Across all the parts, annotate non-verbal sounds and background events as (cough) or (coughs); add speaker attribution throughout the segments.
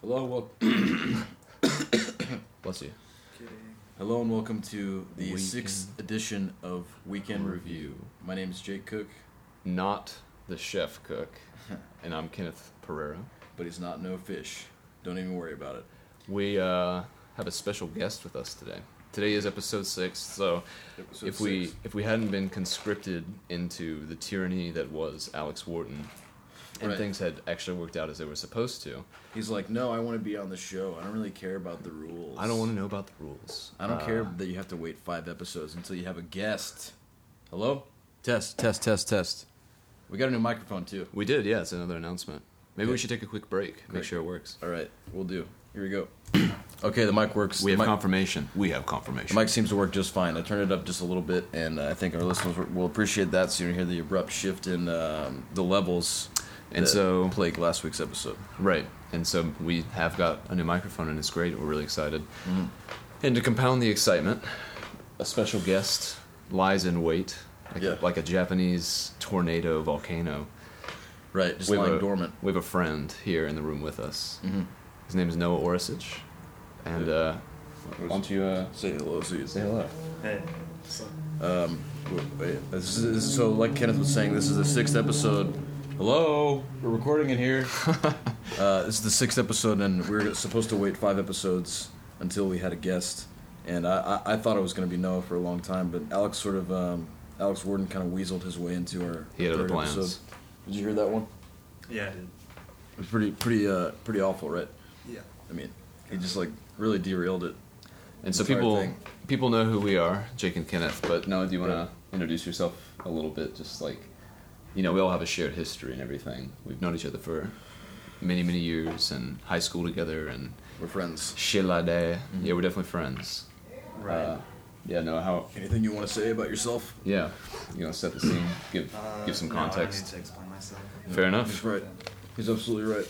Speaker 1: Hello, well, bless you. Hello and welcome to the
Speaker 2: Weekend.
Speaker 1: sixth edition of Weekend Review. My name is Jake Cook,
Speaker 2: Not the chef cook,
Speaker 1: (laughs)
Speaker 2: and I'm Kenneth Pereira.
Speaker 1: but he's not no fish. Don't even worry about it.
Speaker 2: We uh, have a special guest with us today. Today is episode six, so
Speaker 1: Episode
Speaker 2: if we
Speaker 1: six.
Speaker 2: if we hadn't been conscripted into the tyranny that was Alex Wharton, and
Speaker 1: Right.
Speaker 2: things had actually worked out as they were supposed to,
Speaker 1: he's like, no, I want to be on the show. I don't really care about the rules.
Speaker 2: I don't want to know about the rules.
Speaker 1: I don't
Speaker 2: Uh,
Speaker 1: care that you have to wait five episodes until you have a guest. Hello, test, test, test, test. We got a new microphone too.
Speaker 2: We did, yeah. It's another announcement. Maybe we
Speaker 1: Good.
Speaker 2: should take a quick break, make
Speaker 1: Great.
Speaker 2: sure it works.
Speaker 1: All right, we'll do. Here we go. (coughs) okay, the mic works.
Speaker 2: We
Speaker 1: The
Speaker 2: have
Speaker 1: mic-
Speaker 2: confirmation. We have confirmation.
Speaker 1: The mic seems to work just fine. I turned it up just a little bit, and uh, I think our listeners will appreciate that. So you hear the abrupt shift in um, the levels,
Speaker 2: And
Speaker 1: that
Speaker 2: so-
Speaker 1: plagued last week's episode.
Speaker 2: Right. And so we have got a new microphone and it's great. We're really excited. And to compound the excitement, a special guest lies in wait like,
Speaker 1: Yeah.
Speaker 2: like a Japanese tornado volcano.
Speaker 1: Right, just
Speaker 2: We
Speaker 1: lying
Speaker 2: have a- Mm-hmm.
Speaker 1: dormant.
Speaker 2: We have a friend here in the room with us. His name is Noah Orisic. And uh, why don't you uh,
Speaker 1: Say hello, so you
Speaker 2: say hello?
Speaker 3: Hey.
Speaker 1: Wait, this is, this is- so, like Kenneth was saying, this is the sixth episode. Hello, we're recording in
Speaker 2: (laughs)
Speaker 1: here. uh, this is the sixth episode, and we were supposed to wait five episodes until we had a guest. And I, I, I thought it was going to be Noah for a long time, but Alex sort of, um, Alex Warden kind of weaseled his way into our
Speaker 2: He had
Speaker 1: our
Speaker 2: other
Speaker 1: third
Speaker 2: plans.
Speaker 1: episode. Did you hear that one?
Speaker 3: Yeah, I did.
Speaker 1: It was pretty, pretty, uh, pretty awful, right?
Speaker 3: Yeah.
Speaker 1: I mean, he just like really derailed it.
Speaker 2: And so
Speaker 1: Entire
Speaker 2: people
Speaker 1: thing.
Speaker 2: people know who we are, Jake and Kenneth. But Noah, do you want to introduce yourself a little bit? Just like, you know, we all have a shared history and everything. We've known each other for many, many years, and high school together, and
Speaker 1: We're friends.
Speaker 2: shit like that. Yeah, we're definitely friends.
Speaker 3: Right.
Speaker 2: Uh, yeah, Noah, how?
Speaker 1: Anything you want to say about yourself?
Speaker 2: Yeah, you want to set the scene, give
Speaker 3: Uh,
Speaker 2: give some
Speaker 3: no, I don't
Speaker 2: context.
Speaker 3: need to explain myself.
Speaker 2: Fair
Speaker 1: He's
Speaker 2: enough.
Speaker 1: right. He's absolutely right.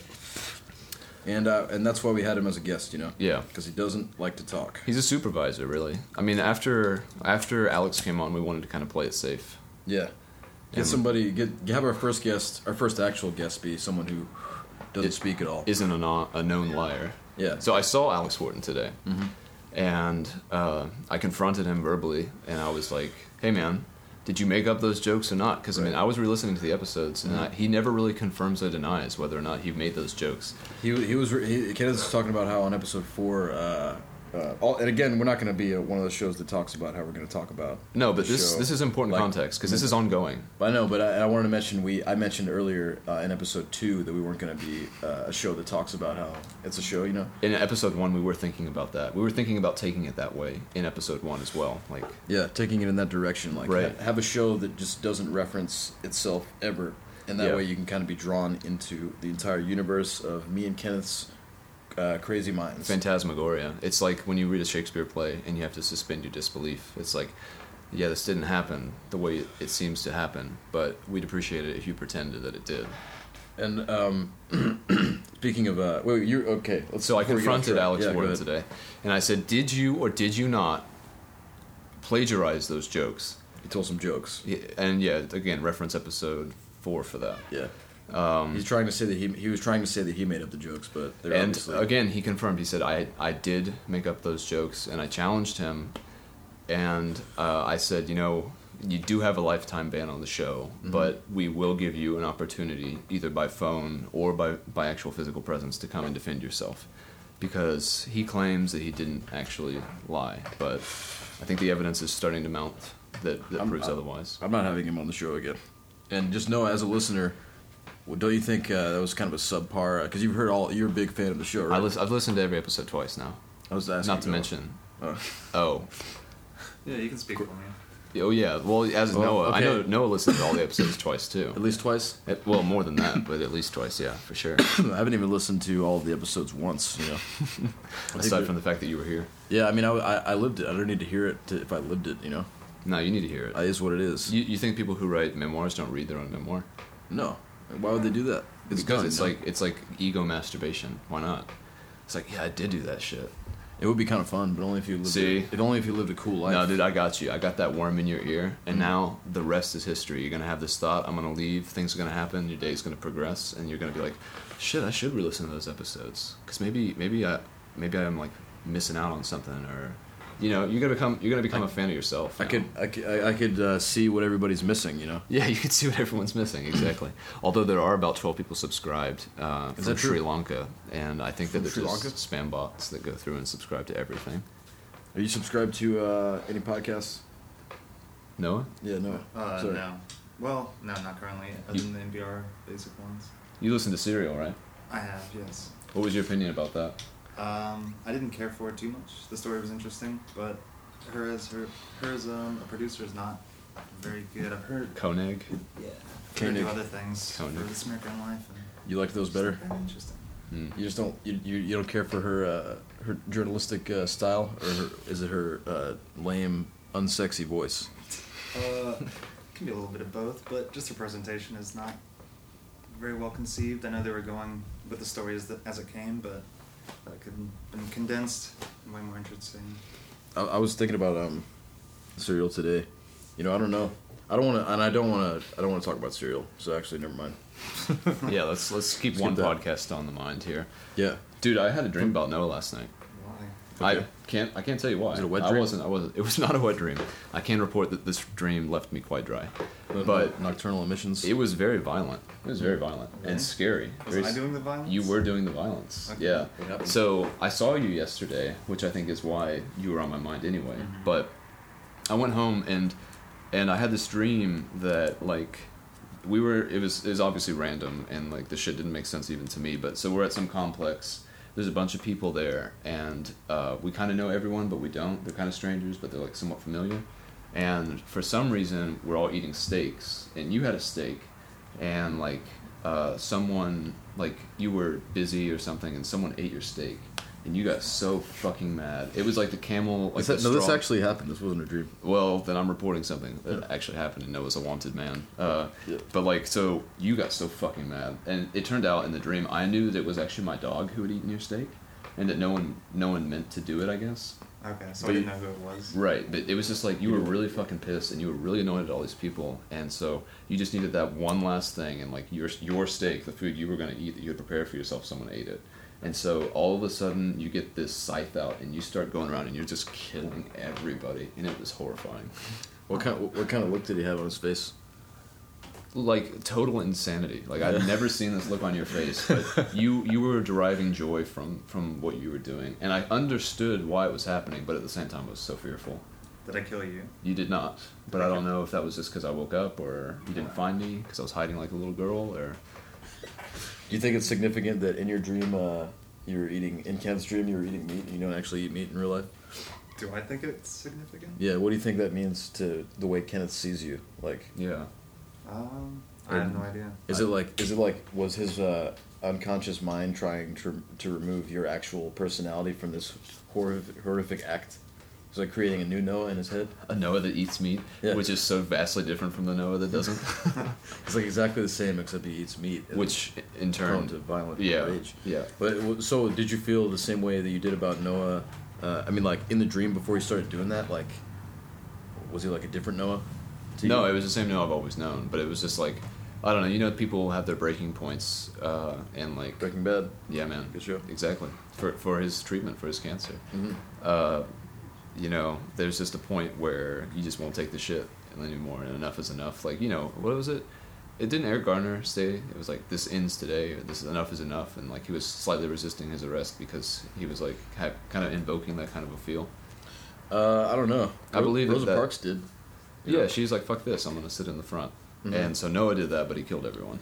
Speaker 1: And uh, and that's why we had him as a guest, you know,
Speaker 2: Yeah.
Speaker 1: because he doesn't like to talk.
Speaker 2: He's a supervisor, really. I mean, after after Alex came on, we wanted to kind of play it safe.
Speaker 1: Yeah. Get
Speaker 2: Yeah.
Speaker 1: somebody. Get have our first guest, our first actual guest, be someone who doesn't
Speaker 2: It-
Speaker 1: speak at all.
Speaker 2: Isn't a, non, a known liar.
Speaker 1: yeah.
Speaker 2: So I saw Alex Wharton today,
Speaker 1: Mm-hmm.
Speaker 2: and uh, I confronted him verbally, and I was like, "Hey, man, did you make up those jokes or not?" Because I mean,
Speaker 1: Right. Mm-hmm.
Speaker 2: I was re-listening to the episodes, and I, he never really confirms or denies whether or not he made those jokes.
Speaker 1: He he was re- he, Kenneth was talking about how on episode four. Uh, uh, all, and again, we're not going to be uh one of those shows that talks about how we're going to talk about.
Speaker 2: No, but
Speaker 1: the
Speaker 2: this
Speaker 1: show.
Speaker 2: this is important
Speaker 1: Like- mm-hmm.
Speaker 2: context because this is ongoing.
Speaker 1: I know, but I, I wanted to mention we I mentioned earlier uh, in episode two that we weren't going to be uh, a show that talks about how it's a show, you know.
Speaker 2: In episode one, we were thinking about that. We were thinking about taking it that way in episode one as well. Like,
Speaker 1: Yeah, taking it in that direction, like
Speaker 2: Right.
Speaker 1: ha- have a show that just doesn't reference itself ever, and that
Speaker 2: Yeah.
Speaker 1: way you can kind of be drawn into the entire universe of me and Kenneth's uh, crazy minds.
Speaker 2: Phantasmagoria. It's like when you read a Shakespeare play and you have to suspend your disbelief. It's like, yeah, this didn't happen the way it seems to happen, but we'd appreciate it if you pretended that it did.
Speaker 1: and um, (clears throat) speaking of, uh, wait, you okay? Let's,
Speaker 2: So I
Speaker 1: before we get off
Speaker 2: confronted
Speaker 1: track-
Speaker 2: Alex
Speaker 1: yeah, go
Speaker 2: Warden
Speaker 1: ahead.
Speaker 2: today, and I said, "Did you or did you not plagiarize those jokes?"
Speaker 1: He told some jokes.
Speaker 2: Yeah, And yeah, again, reference episode four for that.
Speaker 1: Yeah. He's trying to say that he he was trying to say that he made up the jokes, but they're
Speaker 2: Um, and
Speaker 1: obviously
Speaker 2: again, he confirmed. He said, "I I did make up those jokes, and I challenged him, and uh, I said, you know." You do have a lifetime ban on the show,
Speaker 1: Mm-hmm.
Speaker 2: but we will give you an opportunity, either by phone or by, by actual physical presence, to come and defend yourself. Because he claims that he didn't actually lie, but I think the evidence is starting to mount that, that
Speaker 1: I'm-
Speaker 2: proves
Speaker 1: I'm-
Speaker 2: otherwise.
Speaker 1: I'm not having him on the show again. And just know, as a listener, well, don't you think uh, that was kind of a subpar? Because you've heard all, you're a big fan of the show, right?
Speaker 2: I lis- I've listened to every episode twice now,
Speaker 1: I was asking.
Speaker 2: not to
Speaker 1: Noah.
Speaker 2: mention.
Speaker 1: Oh.
Speaker 2: Oh,
Speaker 3: Yeah, you can speak for me.
Speaker 2: Oh yeah, well as
Speaker 1: Well,
Speaker 2: Noah, I know
Speaker 1: okay.
Speaker 2: Noah listened to all the episodes twice
Speaker 1: at
Speaker 2: too.
Speaker 1: least twice. (clears throat)
Speaker 2: Eh, Well, more than that, but at least twice, yeah, for sure.
Speaker 1: I haven't even listened to all of the episodes once. You know.
Speaker 2: Aside from the fact that you were here,
Speaker 1: Yeah, I mean, I, I, I lived it. I don't need to hear it to, if I lived it. You know,
Speaker 2: no, you need to hear it.
Speaker 1: it is what it is.
Speaker 2: You, you think people who write memoirs don't read their own memoir?
Speaker 1: no, why would they do that?
Speaker 2: It's because
Speaker 1: done,
Speaker 2: it's
Speaker 1: you know?
Speaker 2: like it's like ego masturbation. Why not? It's like yeah, I did do that shit.
Speaker 1: It would be kind of fun, but only if you lived.
Speaker 2: See?
Speaker 1: if only if you lived a cool life. Mm-hmm.
Speaker 2: No, dude, I got you. I got that worm in your ear, and now the rest is history. You're gonna have this thought. I'm gonna leave. Things are gonna happen. Your day's gonna progress, and you're gonna be like, "Shit, I should re-listen to those episodes because maybe, maybe I, maybe I'm like missing out on something, or, you know, you're gonna become, you're gonna become a fan of yourself.
Speaker 1: I
Speaker 2: now.
Speaker 1: could, I could, I I could uh, see what everybody's missing. You know,
Speaker 2: (laughs) Yeah, you can see what everyone's missing
Speaker 1: (clears throat)
Speaker 2: exactly. Although there are about twelve people subscribed uh,
Speaker 1: Is
Speaker 2: from
Speaker 1: that true?
Speaker 2: Sri Lanka, and I think that
Speaker 1: From
Speaker 2: they're
Speaker 1: Sri
Speaker 2: just
Speaker 1: Lanka?
Speaker 2: spam bots that go through and subscribe to everything.
Speaker 1: are you subscribed to uh, any podcasts?
Speaker 2: Noah,
Speaker 1: Yeah, no.
Speaker 3: Uh,
Speaker 1: Sorry.
Speaker 3: no. Well, no, not currently. Other
Speaker 2: You-
Speaker 3: than the NPR basic ones,
Speaker 2: you listen to Serial, right?
Speaker 3: I have yes.
Speaker 2: What was your opinion about that?
Speaker 3: Um, I didn't care for it too much. The story was interesting, but her as her her as um, a producer is not very good. I've heard
Speaker 2: Koenig.
Speaker 3: yeah, heard
Speaker 1: Koenig.
Speaker 3: do other things
Speaker 2: Koenig.
Speaker 3: for this American life. And
Speaker 1: You like those
Speaker 3: it's not
Speaker 1: better?
Speaker 3: that Interesting.
Speaker 2: Hmm.
Speaker 1: You just don't. You, you, you don't care for her uh, her journalistic uh, style, or her, is it her uh, lame, unsexy voice?
Speaker 3: Uh, can be a little bit of both, but just her presentation is not very well conceived. I know they were going with the story as, the, as it came, but that could have been condensed and way more interesting.
Speaker 1: I, I was thinking about um, cereal today. You know, I don't know. I don't want to, and I don't want to. I don't want to talk about cereal. So actually, never mind.
Speaker 2: (laughs) yeah, let's let's keep
Speaker 1: Let's
Speaker 2: one
Speaker 1: get that.
Speaker 2: podcast on the mind here.
Speaker 1: Yeah.
Speaker 2: Dude, I had a dream about Noah last night.
Speaker 3: Why?
Speaker 2: I
Speaker 1: Okay.
Speaker 2: can't I can't tell you why.
Speaker 1: Was it a wet
Speaker 2: I
Speaker 1: dream?
Speaker 2: wasn't I wasn't it was not a wet dream. I can report that this dream left me quite dry. But
Speaker 1: nocturnal emissions.
Speaker 2: it was very violent. It was very violent
Speaker 3: Really?
Speaker 2: and scary.
Speaker 3: Was
Speaker 2: Very
Speaker 3: I
Speaker 2: s-
Speaker 3: doing the violence?
Speaker 2: you were doing the violence.
Speaker 3: Okay.
Speaker 2: Yeah.
Speaker 1: What happened?
Speaker 2: So I saw you yesterday, which I think is why you were on my mind anyway. But I went home and and I had this dream that like we were it was it was obviously random and like the shit didn't make sense even to me. But so we're at some complex. There's a bunch of people there, and uh, we kind of know everyone, but we don't. They're kind of strangers, but they're like somewhat familiar. And for some reason, we're all eating steaks, and you had a steak, and like uh, someone like you were busy or something, and someone ate your steak, and you got so fucking mad. It was like the camel. Like
Speaker 1: Is that-
Speaker 2: the
Speaker 1: no, this
Speaker 2: straw-
Speaker 1: actually happened. This wasn't a dream.
Speaker 2: well, then I'm reporting something that actually happened and Noah's a wanted man. Uh,
Speaker 1: Yeah.
Speaker 2: But, like, so you got so fucking mad. And it turned out in the dream, I knew that it was actually my dog who had eaten your steak and that no one no one meant to do it, I guess.
Speaker 3: Okay, so
Speaker 2: But
Speaker 3: I didn't
Speaker 2: you-
Speaker 3: know who it was.
Speaker 2: Right. But it was just like you were really fucking pissed and you were really annoyed at all these people. And so you just needed that one last thing. And, like, your, your steak, the food you were going to eat that you had prepared for yourself, someone ate it. And so all of a sudden, you get this scythe out and you start going around and you're just killing everybody. And it was horrifying.
Speaker 1: What kind? What, what kind of look did he have on his face?
Speaker 2: like total insanity. Like I've never seen this look on your face,
Speaker 1: (laughs)
Speaker 2: but you you were deriving joy from from what you were doing, and I understood why it was happening, but at the same time, I was so fearful.
Speaker 3: Did I kill you?
Speaker 2: You did not, but I don't know if that was just because I woke up or you didn't find me because I was hiding like a little girl, or
Speaker 1: Do you think it's significant that in your dream, uh, you were eating in Kev's dream, you were eating meat, and you don't actually eat meat in real life?
Speaker 3: Do I think it's significant?
Speaker 1: Yeah. What do you think that means to the way Kenneth sees you? Like,
Speaker 2: yeah.
Speaker 3: Um, I have no idea.
Speaker 1: is it like? Is it like? Was his uh, unconscious mind trying to to remove your actual personality from this horrific, horrific act? It's like creating a new Noah in his head.
Speaker 2: A Noah that eats meat,
Speaker 1: Yeah.
Speaker 2: which is so vastly different from the Noah that
Speaker 1: (laughs)
Speaker 2: doesn't, (laughs)
Speaker 1: It's like exactly the same except he eats meat. and
Speaker 2: which in
Speaker 1: is prone to
Speaker 2: turn,
Speaker 1: violent
Speaker 2: yeah,
Speaker 1: rage.
Speaker 2: yeah.
Speaker 1: But it wa- so, did you feel the same way that you did about Noah? Uh, I mean, like in the dream before he started doing that, like was he like a different Noah? to
Speaker 2: No,
Speaker 1: you?
Speaker 2: it was the same Noah I've always known, but it was just like. I don't know. You know, people have their breaking points, uh, and like
Speaker 1: Breaking Bad.
Speaker 2: Yeah, man.
Speaker 1: Good show.
Speaker 2: Exactly. For for his treatment for his cancer.
Speaker 1: Mhm.
Speaker 2: Uh, you know, there's just a point where you just won't take the shit anymore, and enough is enough. Like you know, what was it? It didn't Eric Garner say it was like this ends today, or this is enough is enough, and like he was slightly resisting his arrest because he was like ha- kind of invoking that kind of a feel.
Speaker 1: Uh, I don't know.
Speaker 2: I believe that
Speaker 1: Rosa
Speaker 2: that-
Speaker 1: Parks did.
Speaker 2: Yeah, she's like fuck this, I'm gonna sit in the front,
Speaker 1: Mhm.
Speaker 2: and so Noah did that, but he killed
Speaker 1: (laughs)
Speaker 2: everyone.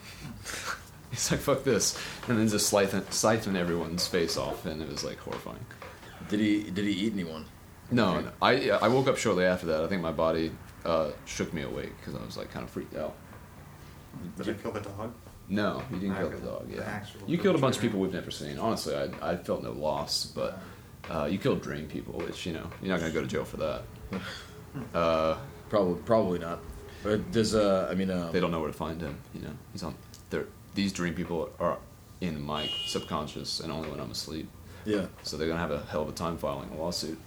Speaker 2: He's like fuck this, and then just scything, scything everyone's face off, and it was like horrifying.
Speaker 1: Did he? Did he eat anyone?
Speaker 2: No, no. I I woke up shortly after that. I think my body uh, shook me awake because I was like kind of freaked out.
Speaker 3: Did I kill the dog?
Speaker 2: No, you didn't kill the
Speaker 3: Okay.
Speaker 2: dog.
Speaker 3: The
Speaker 2: Yeah,
Speaker 3: actual
Speaker 2: you killed a bunch of
Speaker 3: perpetrator.
Speaker 2: people we've never seen. Honestly, I I felt no loss, but uh, you killed dream people, which you know you're not gonna go to jail for
Speaker 3: (laughs)
Speaker 2: that. Uh,
Speaker 1: Probably. Probably not. But does uh? I mean, um,
Speaker 2: they don't know where to find him. You know, he's on. They're, these dream people are in my subconscious and only when I'm asleep.
Speaker 1: Yeah.
Speaker 2: So they're gonna have a hell of a time filing a lawsuit.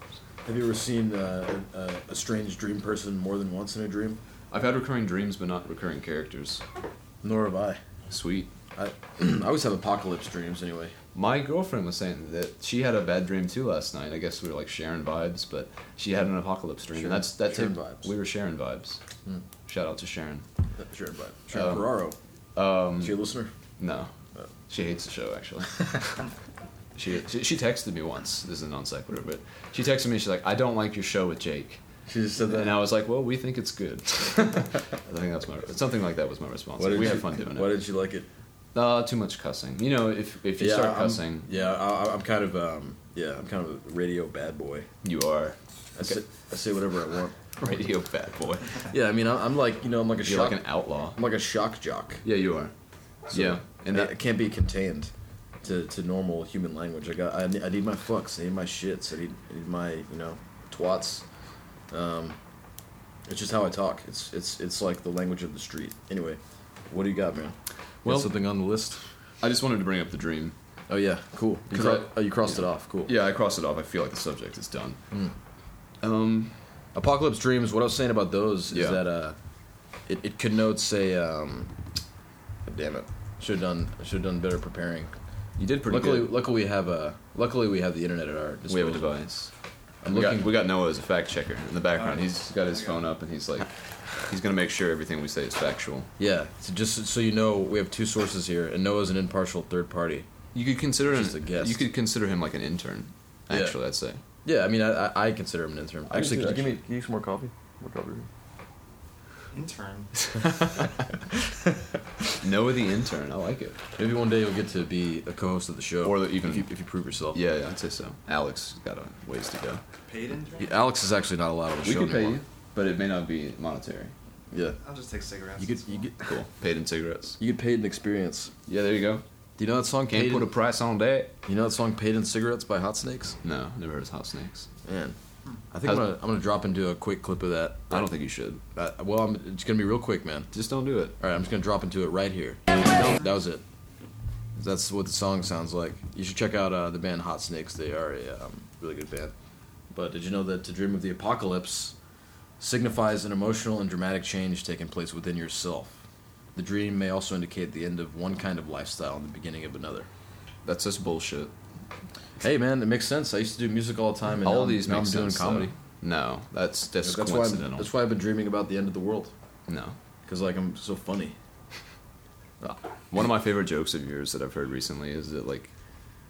Speaker 1: Have you ever seen uh, a, a strange dream person more than once in a dream?
Speaker 2: I've had recurring dreams, but not recurring characters.
Speaker 1: Nor have I.
Speaker 2: Sweet.
Speaker 1: I, (clears throat) I always have apocalypse dreams anyway.
Speaker 2: My girlfriend was saying that she had a bad dream too last night. I guess we were like sharing vibes, but she had an apocalypse dream.
Speaker 1: Sharing-
Speaker 2: and that's that
Speaker 1: sharing
Speaker 2: tip-
Speaker 1: vibes. Hmm.
Speaker 2: We were sharing vibes. Shout out to Sharon.
Speaker 1: Sharon Bride. Uh, Sharon
Speaker 2: Um,
Speaker 1: Ferraro. Um, she a
Speaker 2: (laughs)
Speaker 1: listener?
Speaker 2: No,
Speaker 1: Oh.
Speaker 2: she hates the show
Speaker 1: (laughs)
Speaker 2: actually. she, she she texted me once. This is a non sequitur, but she texted me. She's like, "I don't like your show with Jake."
Speaker 1: She just (laughs) said that.
Speaker 2: And I was like, "Well, we think it's good." (laughs) I think that's my something like that was my response.
Speaker 1: Why
Speaker 2: Like,
Speaker 1: did
Speaker 2: we
Speaker 1: you-
Speaker 2: have fun doing
Speaker 1: Why
Speaker 2: it.
Speaker 1: did you like it?
Speaker 2: Uh, too much cussing. You know, if if you start
Speaker 1: I'm-
Speaker 2: cussing,
Speaker 1: yeah, I, I- I'm kind of um, yeah, I'm kind of a radio bad boy.
Speaker 2: you are
Speaker 1: I, say, I say whatever I want. (laughs)
Speaker 2: radio bad boy.
Speaker 1: Yeah, I mean, I- I'm like you know, I'm like a
Speaker 2: You're
Speaker 1: shock,
Speaker 2: like an outlaw.
Speaker 1: I'm like a shock jock.
Speaker 2: Yeah, you are. yeah, and
Speaker 1: And I,
Speaker 2: that,
Speaker 1: I can't be contained to, to normal human language. I got I, ne- I need my fucks, I need my shits, I need, I need my you know twats. Um, it's just how I talk. It's it's it's like the language of the street. Anyway, what do you got, man?
Speaker 2: Well-
Speaker 1: Got something on the list.
Speaker 2: I just wanted to bring up the dream.
Speaker 1: Oh yeah, cool. You,
Speaker 2: 'Cause
Speaker 1: cro-
Speaker 2: I-
Speaker 1: oh, you crossed it off. Cool.
Speaker 2: Yeah, I crossed it off. I feel like the subject is done. Um,
Speaker 1: Apocalypse Dreams, what I was saying about those
Speaker 2: Yeah.
Speaker 1: is that uh, it, it connotes a. Um, damn it. Should have done, should've done better preparing.
Speaker 2: you did pretty
Speaker 1: luckily,
Speaker 2: good.
Speaker 1: luckily we have a luckily we have the internet at our disposal.
Speaker 2: We have a device.
Speaker 1: I'm
Speaker 2: we,
Speaker 1: looking.
Speaker 2: got, we got Noah as a fact checker in the background.
Speaker 3: Alright.
Speaker 2: He's got his
Speaker 3: Okay.
Speaker 2: phone up and he's like, he's gonna make sure everything we say is factual.
Speaker 1: yeah, so just so you know, we have two sources here, and Noah's an impartial third party.
Speaker 2: You could consider
Speaker 1: Just a
Speaker 2: him.
Speaker 1: guess.
Speaker 2: You could consider him like an intern.
Speaker 1: Yeah.
Speaker 2: Actually, I'd say.
Speaker 1: Yeah, I mean, I, I, I consider him an intern.
Speaker 2: I do
Speaker 1: Actually,
Speaker 2: too,
Speaker 1: could you give me
Speaker 2: actually.
Speaker 1: give you some more coffee? More coffee.
Speaker 3: Intern.
Speaker 2: (laughs) Noah the intern. I like it.
Speaker 1: Maybe one day you'll get to be a co-host of the show,
Speaker 2: Or even-
Speaker 1: if you, if you prove yourself.
Speaker 2: Yeah, yeah, I'd say so. Alex got a ways to go.
Speaker 3: Paid intern?
Speaker 1: Yeah, Alex is actually not allowed on the
Speaker 2: We
Speaker 1: show
Speaker 2: could pay
Speaker 1: anymore.
Speaker 2: you, but it may not be monetary.
Speaker 1: Yeah,
Speaker 3: I'll just take cigarettes.
Speaker 1: you could
Speaker 3: it's
Speaker 1: you
Speaker 3: fine.
Speaker 1: get
Speaker 2: (laughs) Cool. Paid in cigarettes.
Speaker 1: you get paid in experience.
Speaker 2: Yeah, there you go.
Speaker 1: Do you know that song?
Speaker 2: Can't
Speaker 1: Paid
Speaker 2: put a
Speaker 1: in,
Speaker 2: price on that.
Speaker 1: you know that song "Paid in Cigarettes" by Hot Snakes?
Speaker 2: No, never heard of hot snakes.
Speaker 1: Man, I think I'm
Speaker 2: How's-
Speaker 1: gonna, I'm gonna drop into a quick clip of that.
Speaker 2: I don't think you should.
Speaker 1: Uh, well, I'm, it's gonna be real quick, man.
Speaker 2: Just don't do it.
Speaker 1: All right, I'm just gonna drop into it right here. That was it. That's what the song sounds like. You should check out uh, the band Hot Snakes. They are a um, really good band. But did you know that to dream of the apocalypse signifies an emotional and dramatic change taking place within yourself? The dream may also indicate the end of one kind of lifestyle and the beginning of another.
Speaker 2: That's just bullshit.
Speaker 1: Hey, man, it makes sense. I used to do music all the time, and
Speaker 2: All
Speaker 1: now,
Speaker 2: of
Speaker 1: I'm-
Speaker 2: these
Speaker 1: now
Speaker 2: make
Speaker 1: I'm
Speaker 2: sense.
Speaker 1: doing comedy.
Speaker 2: though. No, that's just
Speaker 1: that's why I'm,
Speaker 2: coincidental.
Speaker 1: that's why I've been dreaming about the end of the world
Speaker 2: no.
Speaker 1: because like I'm so funny.
Speaker 2: One of my favorite jokes of yours that I've heard recently is that like,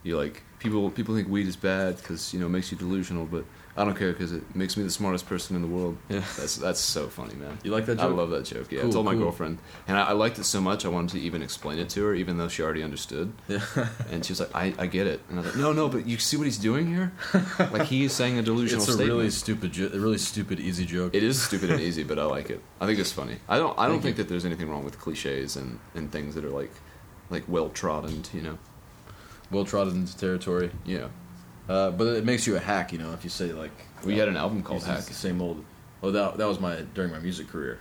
Speaker 2: you like people people think weed is bad because you know it makes you delusional, but I don't care because it makes me the smartest person in the world.
Speaker 1: Yeah.
Speaker 2: that's that's so funny, man.
Speaker 1: You like that
Speaker 2: I
Speaker 1: joke?
Speaker 2: love that joke. Yeah,
Speaker 1: Cool,
Speaker 2: I told my
Speaker 1: cool.
Speaker 2: girlfriend, and I, I liked it so much I wanted to even explain it to her, even though she already understood.
Speaker 1: Yeah. (laughs)
Speaker 2: And she was like, I, I get it. And I was like, No, no, but you see what he's doing here? Like he is saying a
Speaker 1: (laughs)
Speaker 2: delusional
Speaker 1: It's a
Speaker 2: statement.
Speaker 1: really stupid, jo- a really stupid, easy joke.
Speaker 2: It is
Speaker 1: (laughs)
Speaker 2: stupid and easy, but I like it. I think it's funny. I don't. I don't
Speaker 1: Thank
Speaker 2: think
Speaker 1: you.
Speaker 2: that there's anything wrong with cliches and, and things that are like, like well trodden. You know.
Speaker 1: well trodden into territory.
Speaker 2: Yeah.
Speaker 1: Uh, but it makes you a hack, you know, if you say like
Speaker 2: We had an album called
Speaker 1: use
Speaker 2: Hack.
Speaker 1: the same old. Oh, that that was my during my music career.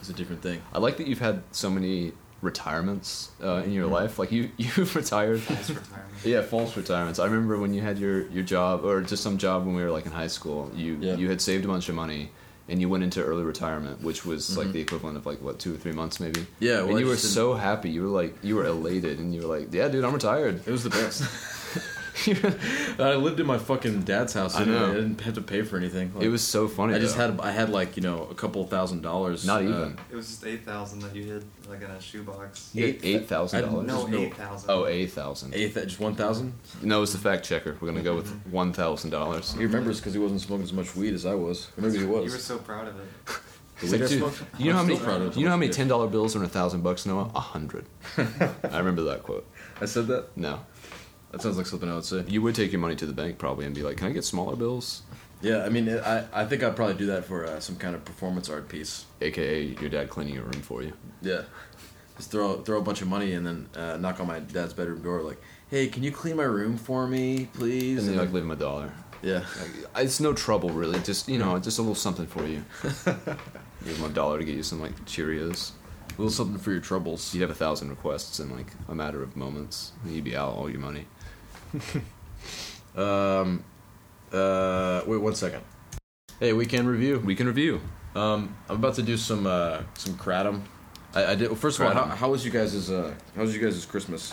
Speaker 1: It's a different thing.
Speaker 2: I like that you've had so many retirements uh, in your life. Like you (laughs) you've retired.
Speaker 3: False retirement.
Speaker 2: Yeah, false retirements. I remember when you had your, your job or just some job when we were like in high school. You
Speaker 1: Yeah.
Speaker 2: you had saved a bunch of money and you went into early retirement, which was like the equivalent of like what two or three months maybe.
Speaker 1: Mm-hmm. Yeah, well,
Speaker 2: and
Speaker 1: I
Speaker 2: you were
Speaker 1: just didn't-
Speaker 2: so happy. You were like you were elated, and you were like, "Yeah, dude, I'm retired."
Speaker 1: It was the best. (laughs) I lived in my fucking dad's house.
Speaker 2: I
Speaker 1: anyway.
Speaker 2: know.
Speaker 1: I didn't have to pay for anything. Like,
Speaker 2: It was so funny.
Speaker 1: I just
Speaker 2: though.
Speaker 1: had I had like you know a couple thousand dollars.
Speaker 2: Not
Speaker 1: uh,
Speaker 2: even.
Speaker 3: It was just 8000 that you hid, like in a shoebox.
Speaker 1: Yeah.
Speaker 2: Eight eight thousand
Speaker 1: I-
Speaker 2: dollars.
Speaker 3: No,
Speaker 1: There's no-
Speaker 3: 8000
Speaker 2: Oh, eight thousand.
Speaker 1: eight thou- just one thousand.
Speaker 2: No, it's the fact checker. We're gonna go with one thousand dollars.
Speaker 1: He remembers because he wasn't smoking as much weed as I was. Or maybe he
Speaker 3: You were
Speaker 1: was.
Speaker 3: so proud of it.
Speaker 1: The weed I smoked.
Speaker 2: You know how
Speaker 1: I'm
Speaker 2: many?
Speaker 1: still proud of
Speaker 2: You know how many
Speaker 1: it.
Speaker 2: ten dollar bills are in a thousand bucks, Noah?
Speaker 1: (laughs)
Speaker 2: A hundred. I remember that quote.
Speaker 1: I said that.
Speaker 2: No,
Speaker 1: That sounds like something I would say.
Speaker 2: you would take your money to the bank probably and be like, "Can I get smaller bills?"
Speaker 1: Yeah, I mean, I, I think I'd probably do that for uh, some kind of performance art piece.
Speaker 2: AKA your dad cleaning your room for you.
Speaker 1: Yeah. Just throw throw a bunch of money and then uh, knock on my dad's bedroom door like, hey, can you clean my room for me, please?
Speaker 2: And then you like
Speaker 1: And
Speaker 2: leave him a dollar.
Speaker 1: then- yeah.
Speaker 2: Like, It's no trouble really. Just you
Speaker 1: Mm.
Speaker 2: know, just a little something for
Speaker 1: (laughs)
Speaker 2: you. Give him a dollar to get you some like Cheerios.
Speaker 1: A little something for your troubles.
Speaker 2: You'd have a thousand requests in like a matter of moments. and You'd be out all your money.
Speaker 1: Um, uh, wait one second. Hey, weekend review.
Speaker 2: We can review.
Speaker 1: Um, I'm about to do some uh, some kratom. I, I did. well, First of all,
Speaker 2: Kratom.
Speaker 1: how, how was you guys' uh, how was you guys' Christmas?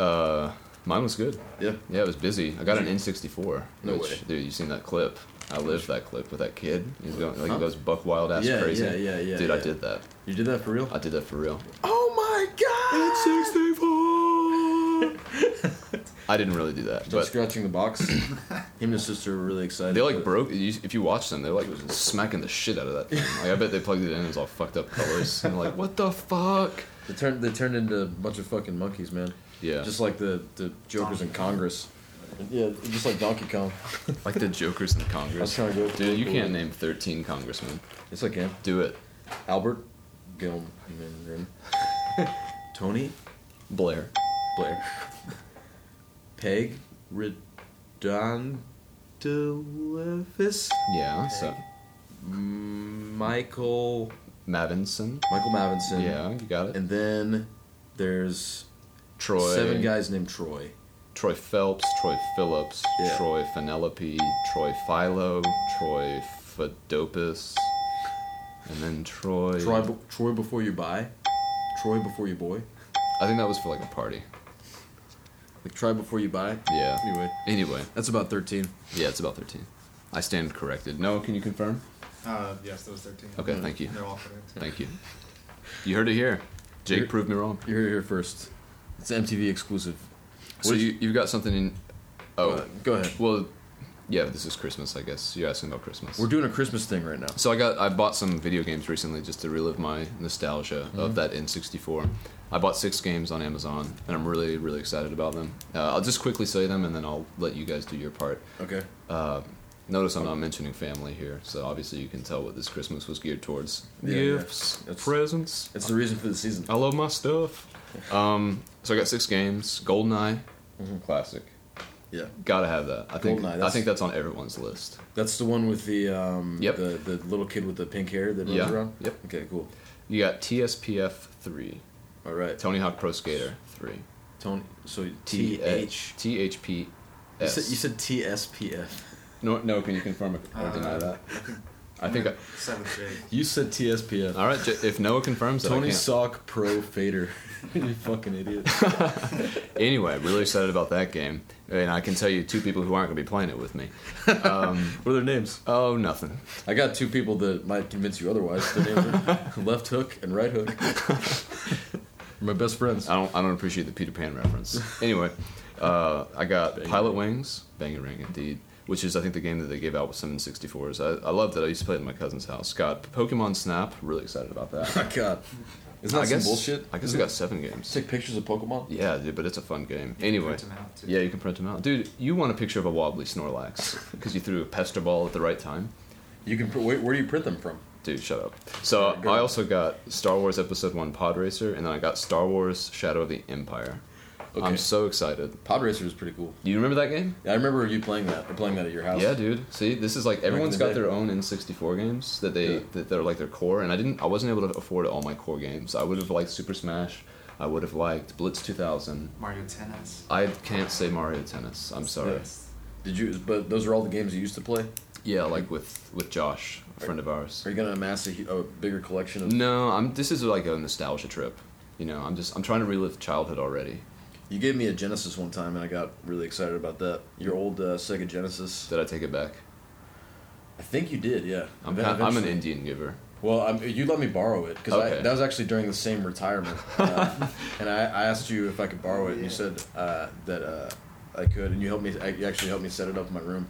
Speaker 2: Uh, mine was good.
Speaker 1: Yeah.
Speaker 2: Yeah, it was busy. I got an N64.
Speaker 1: No
Speaker 2: which,
Speaker 1: way.
Speaker 2: Dude, you seen that clip? I lived that clip with that kid. He's going like
Speaker 1: Huh?
Speaker 2: he goes buck wild ass
Speaker 1: Yeah,
Speaker 2: crazy.
Speaker 1: yeah, yeah, yeah,
Speaker 2: Dude, I
Speaker 1: yeah.
Speaker 2: did that.
Speaker 1: You did that for real?
Speaker 2: I did that for real.
Speaker 1: Oh my god!
Speaker 2: I didn't really do that,
Speaker 1: Stop
Speaker 2: but
Speaker 1: scratching the box. (coughs) Him and his sister were really excited.
Speaker 2: they like
Speaker 1: but-
Speaker 2: broke. you- If you watch them, they're like smacking the shit out of that thing. Like I bet they plugged it in. and It was all fucked up colors. And like, what the fuck?
Speaker 1: They turned they turned into a bunch of fucking monkeys, man.
Speaker 2: Yeah.
Speaker 1: Just like the the jokers in
Speaker 3: Donkey Kong.
Speaker 1: Congress. Yeah, just like Donkey Kong.
Speaker 2: Like the jokers in
Speaker 1: I was
Speaker 2: Congress.
Speaker 1: trying to go.
Speaker 2: Dude, you can't name 13 congressmen.
Speaker 1: It's okay.
Speaker 2: Do it,
Speaker 1: Albert Gilman,
Speaker 2: (laughs)
Speaker 1: Tony
Speaker 2: Blair.
Speaker 1: Blair, Peg Redondolifus,
Speaker 2: Yeah. So
Speaker 1: Michael
Speaker 2: Mavinson.
Speaker 1: Michael Mavinson.
Speaker 2: Yeah, you got it.
Speaker 1: And then there's
Speaker 2: Troy.
Speaker 1: seven guys named Troy.
Speaker 2: Troy Phelps, Troy Phillips,
Speaker 1: Yeah.
Speaker 2: Troy Fenelope, Troy Philo, Troy Fidopus, and then Troy.
Speaker 1: Troy, be- Troy before you buy, Troy before you boy,
Speaker 2: I think that was for like a party.
Speaker 1: like try before you buy.
Speaker 2: Yeah.
Speaker 1: Anyway,
Speaker 2: Anyway,
Speaker 1: that's about thirteen.
Speaker 2: yeah, it's about 13. I stand corrected. Noah, can you confirm?
Speaker 3: Uh, yes, that was 13.
Speaker 2: Okay, thank you.
Speaker 3: They're all correct.
Speaker 2: Thank you. You heard it here. Jake
Speaker 1: You're-
Speaker 2: proved me wrong.
Speaker 1: You're here first. It's MTV exclusive.
Speaker 2: So
Speaker 1: Which-
Speaker 2: you, you've got something in. Oh,
Speaker 1: Uh, go ahead.
Speaker 2: well, yeah, this is Christmas, I guess. You're asking about Christmas.
Speaker 1: We're doing a Christmas thing right now.
Speaker 2: So I got I bought some video games recently just to relive my nostalgia
Speaker 1: Mm-hmm.
Speaker 2: of that N64. I bought six games on Amazon, and I'm really really excited about them. Uh, I'll just quickly say them, and then I'll let you guys do your part.
Speaker 1: Okay.
Speaker 2: Uh, notice I'm not mentioning family here, so obviously you can tell what this Christmas was geared towards:
Speaker 1: Yeah, yeah.
Speaker 2: gifts,
Speaker 1: It's-
Speaker 2: presents.
Speaker 1: It's the reason for the season.
Speaker 2: I love my stuff.
Speaker 1: (laughs)
Speaker 2: Um, so I got six games. GoldenEye, classic.
Speaker 1: Yeah.
Speaker 2: Gotta have that. I think
Speaker 1: Mm-hmm. GoldenEye,
Speaker 2: I
Speaker 1: that's-
Speaker 2: think that's on everyone's list.
Speaker 1: That's the one with the um
Speaker 2: Yep.
Speaker 1: the, the little kid with the pink hair that runs
Speaker 2: Yeah.
Speaker 1: around?
Speaker 2: Yep.
Speaker 1: Okay, cool.
Speaker 2: You got TSPF three,
Speaker 1: All right.
Speaker 2: Tony Hawk Pro Skater three.
Speaker 1: Tony so
Speaker 2: T
Speaker 1: T H
Speaker 2: H T H P
Speaker 1: you
Speaker 2: S.
Speaker 1: said, you said T S P F.
Speaker 2: no, no. Can you confirm or
Speaker 3: Uh,
Speaker 2: deny that? I
Speaker 1: Uh,
Speaker 2: think. I,
Speaker 3: Seventh grade.
Speaker 1: You said T S P F.
Speaker 2: all right. J- If Noah confirms it, I
Speaker 1: Tony
Speaker 2: can't.
Speaker 1: Sock Pro Fader. (laughs) you fucking idiot.
Speaker 2: anyway, really excited about that game, and I can tell you two people who aren't going to be playing it with me.
Speaker 1: What are their names?
Speaker 2: Oh, nothing.
Speaker 1: I got two people that might convince you otherwise. Their names are
Speaker 2: (laughs)
Speaker 1: Left Hook and Right Hook. My best friends.
Speaker 2: I don't. I don't appreciate the Peter Pan
Speaker 3: (laughs)
Speaker 2: reference. Anyway, uh, I got Pilot Wings, Bangarang indeed, which is I think the game that they gave out with some 64s. I, I loved it. I used to play it at my cousin's house. Got Pokemon Snap. Really excited about
Speaker 3: (laughs)
Speaker 2: that.
Speaker 1: Oh My God. Isn't that
Speaker 2: I
Speaker 1: some
Speaker 2: guess,
Speaker 1: bullshit?
Speaker 2: I guess I got seven games.
Speaker 1: Take pictures of Pokemon?
Speaker 2: Yeah, dude, but it's a fun game. Anyway,
Speaker 3: print 'em out, too.
Speaker 2: yeah, you can print them out, dude. You want a picture of a wobbly Snorlax because you threw a pester ball at the right time,
Speaker 1: You can. pr- Where, where do you print them from?
Speaker 2: dude. Shut up. So
Speaker 1: Alright, go.
Speaker 2: I also got Star Wars Episode One Pod Racer, and then I got Star Wars Shadow of the Empire.
Speaker 1: Okay.
Speaker 2: I'm so excited.
Speaker 1: Pod Racer was pretty cool.
Speaker 2: You remember that game?
Speaker 1: Yeah, I remember you playing that. Or playing that at your house.
Speaker 2: Yeah, dude. See, this is like everyone's
Speaker 1: the
Speaker 2: got
Speaker 1: day.
Speaker 2: their own N64 games that they
Speaker 1: Yeah.
Speaker 2: that they're like their core, and I didn't. I wasn't able to afford all my core games. I would have liked Super Smash. I would have liked Blitz 2000.
Speaker 3: Mario Tennis.
Speaker 2: I can't say Mario Tennis. I'm sorry.
Speaker 3: Yes.
Speaker 1: Did you? But those are all the games you used to play.
Speaker 2: Yeah, like with with Josh, a friend of ours.
Speaker 1: Are you gonna amass a, hu- a bigger collection of?
Speaker 2: No, I'm. This is like a nostalgia trip. You know, I'm just. I'm trying to relive childhood already.
Speaker 1: You gave me a Genesis one time, and I got really excited about that. Your old uh, Sega Genesis.
Speaker 2: Did I take it back?
Speaker 1: I think you did. Yeah.
Speaker 2: I'm.
Speaker 1: Ev-
Speaker 2: kind- I'm an
Speaker 1: eventually.
Speaker 2: Indian giver.
Speaker 1: Well, I'm, you let me borrow it because
Speaker 2: Okay.
Speaker 1: that was actually during the same retirement,
Speaker 2: (laughs)
Speaker 1: uh, and I, I asked you if I could borrow it, and you
Speaker 3: Yeah.
Speaker 1: said uh, that uh, I could, and you helped me. I, you actually helped me set it up in my room,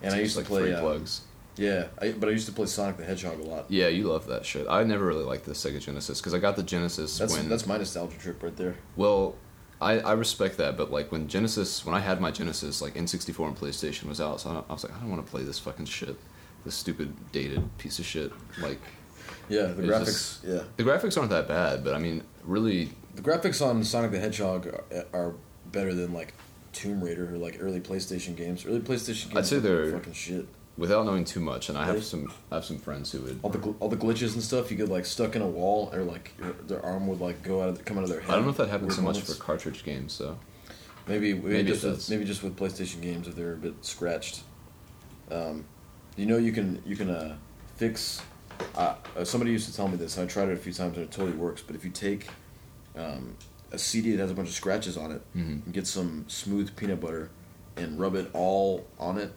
Speaker 1: and I used
Speaker 2: It's like
Speaker 1: to play.
Speaker 2: free
Speaker 1: uh,
Speaker 2: plugs.
Speaker 1: Yeah, I, but I used to play Sonic the Hedgehog a lot.
Speaker 2: Yeah, you love that shit. I never really liked the Sega Genesis because I got the Genesis
Speaker 1: That's
Speaker 2: when.
Speaker 1: that's my nostalgia trip right there.
Speaker 2: Well, I, I respect that, but like when Genesis, when I had my Genesis, like N64 and PlayStation was out, so I, don't- I was like, I don't want to play this fucking shit, this stupid dated piece of shit. Like
Speaker 1: Yeah, the
Speaker 2: It's
Speaker 1: graphics.
Speaker 2: just-
Speaker 1: yeah,
Speaker 2: the graphics aren't that bad, but I mean, really,
Speaker 1: the graphics on Sonic the Hedgehog are, are better than like Tomb Raider or like early PlayStation games. Early PlayStation games.
Speaker 2: I'd say
Speaker 1: are
Speaker 2: they're-
Speaker 1: fucking shit.
Speaker 2: without knowing too much, and I
Speaker 1: Really? Oh,
Speaker 2: have some I have some friends who would.
Speaker 1: All the gl- all the glitches and stuff. You get like stuck in a wall, or like your, their arm would like go out of come out of their head.
Speaker 2: I don't know if that
Speaker 1: Weird
Speaker 2: happens so much
Speaker 1: moments.
Speaker 2: for cartridge games, though.
Speaker 1: Maybe maybe,
Speaker 2: Maybe it
Speaker 1: just with,
Speaker 2: does.
Speaker 1: maybe just with PlayStation games if they're a bit scratched. Um, you know you can you can uh, fix. Uh, uh, somebody used to tell me this. And I tried it a few times and it totally works. But if you take um, a CD that has a bunch of scratches on it
Speaker 2: Mhm.
Speaker 1: and get some smooth peanut butter and rub it all on it,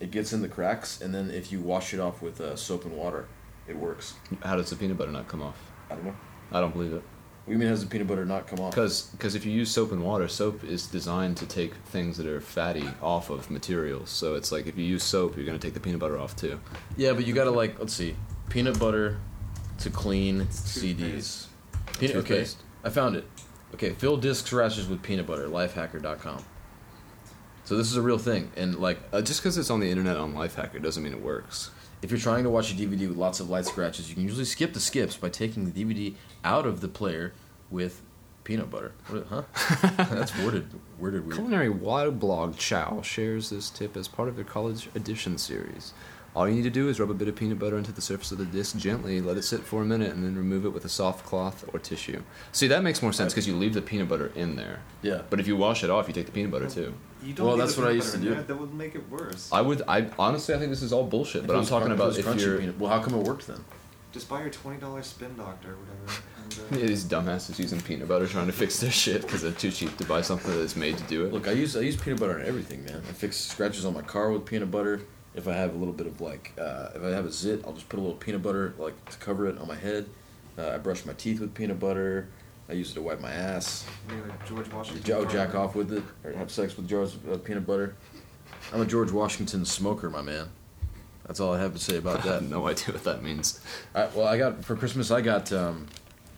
Speaker 1: it gets in the cracks. And then if you wash it off with uh, soap and water, it works.
Speaker 2: How does the peanut butter not come off?
Speaker 1: I don't know.
Speaker 2: I don't believe it.
Speaker 1: What do you mean has the peanut butter not come off?
Speaker 2: Because if you use soap and water, soap is designed to take things that are fatty off of materials. So it's like if you use soap, you're going to take the peanut butter off too.
Speaker 1: Yeah, but you gotta like let's see, peanut butter to clean CDs.
Speaker 3: toothpaste.
Speaker 1: Peanut, okay,
Speaker 2: Toothpaste.
Speaker 1: I found it. Okay, fill disc rashes with peanut butter. Lifehacker.com. So this is a real thing, and like
Speaker 2: Uh, just because it's on the internet on Lifehacker doesn't mean it works.
Speaker 1: if you're trying to watch a DVD with lots of light scratches, you can usually skip the skips by taking the DVD out of the player with peanut butter. What, huh? That's worded, worded weird.
Speaker 2: Culinary wild blog Chow shares this tip as part of their college edition series. All you need to do is rub a bit of peanut butter into the surface of the disc gently, let it sit for a minute, and then remove it with a soft cloth or tissue. See, that makes more sense because you leave the peanut butter in there.
Speaker 1: Yeah, but
Speaker 2: But if you wash it off, you take the peanut butter too.
Speaker 3: You don't
Speaker 1: Well,
Speaker 3: need
Speaker 1: that's
Speaker 3: the
Speaker 1: what I
Speaker 3: peanut
Speaker 1: used to
Speaker 3: butter in
Speaker 1: do.
Speaker 3: That, that would make it worse.
Speaker 2: I would, I honestly, I think this is all bullshit.
Speaker 1: If
Speaker 2: But
Speaker 1: it
Speaker 2: I'm
Speaker 1: was
Speaker 2: talking
Speaker 1: crun-
Speaker 2: about
Speaker 1: it was
Speaker 2: if
Speaker 1: crunchy
Speaker 2: you're
Speaker 1: peanut. Well, how come it worked then?
Speaker 3: Just buy your twenty dollars spin doctor or whatever. And, uh,
Speaker 2: these dumbasses using peanut butter trying to fix their shit because they're too cheap to buy something that's made to do it.
Speaker 1: Look, I use I use peanut butter on everything, man. I fix scratches on my car with peanut butter. If I have a little bit of like, uh, if I have a zit, I'll just put a little peanut butter like to cover it on my head. Uh, I brush my teeth with peanut butter. I use it to wipe my ass.
Speaker 3: you know, like George
Speaker 1: I
Speaker 3: Washington.
Speaker 1: jo- jack
Speaker 3: Carver.
Speaker 1: off with it or have sex with jars of peanut butter. I'm a George Washington smoker, my man. That's all I have to say
Speaker 2: I
Speaker 1: about
Speaker 2: have (laughs)
Speaker 1: that.
Speaker 2: no idea what that means.
Speaker 1: I, well, I got for Christmas. I got um,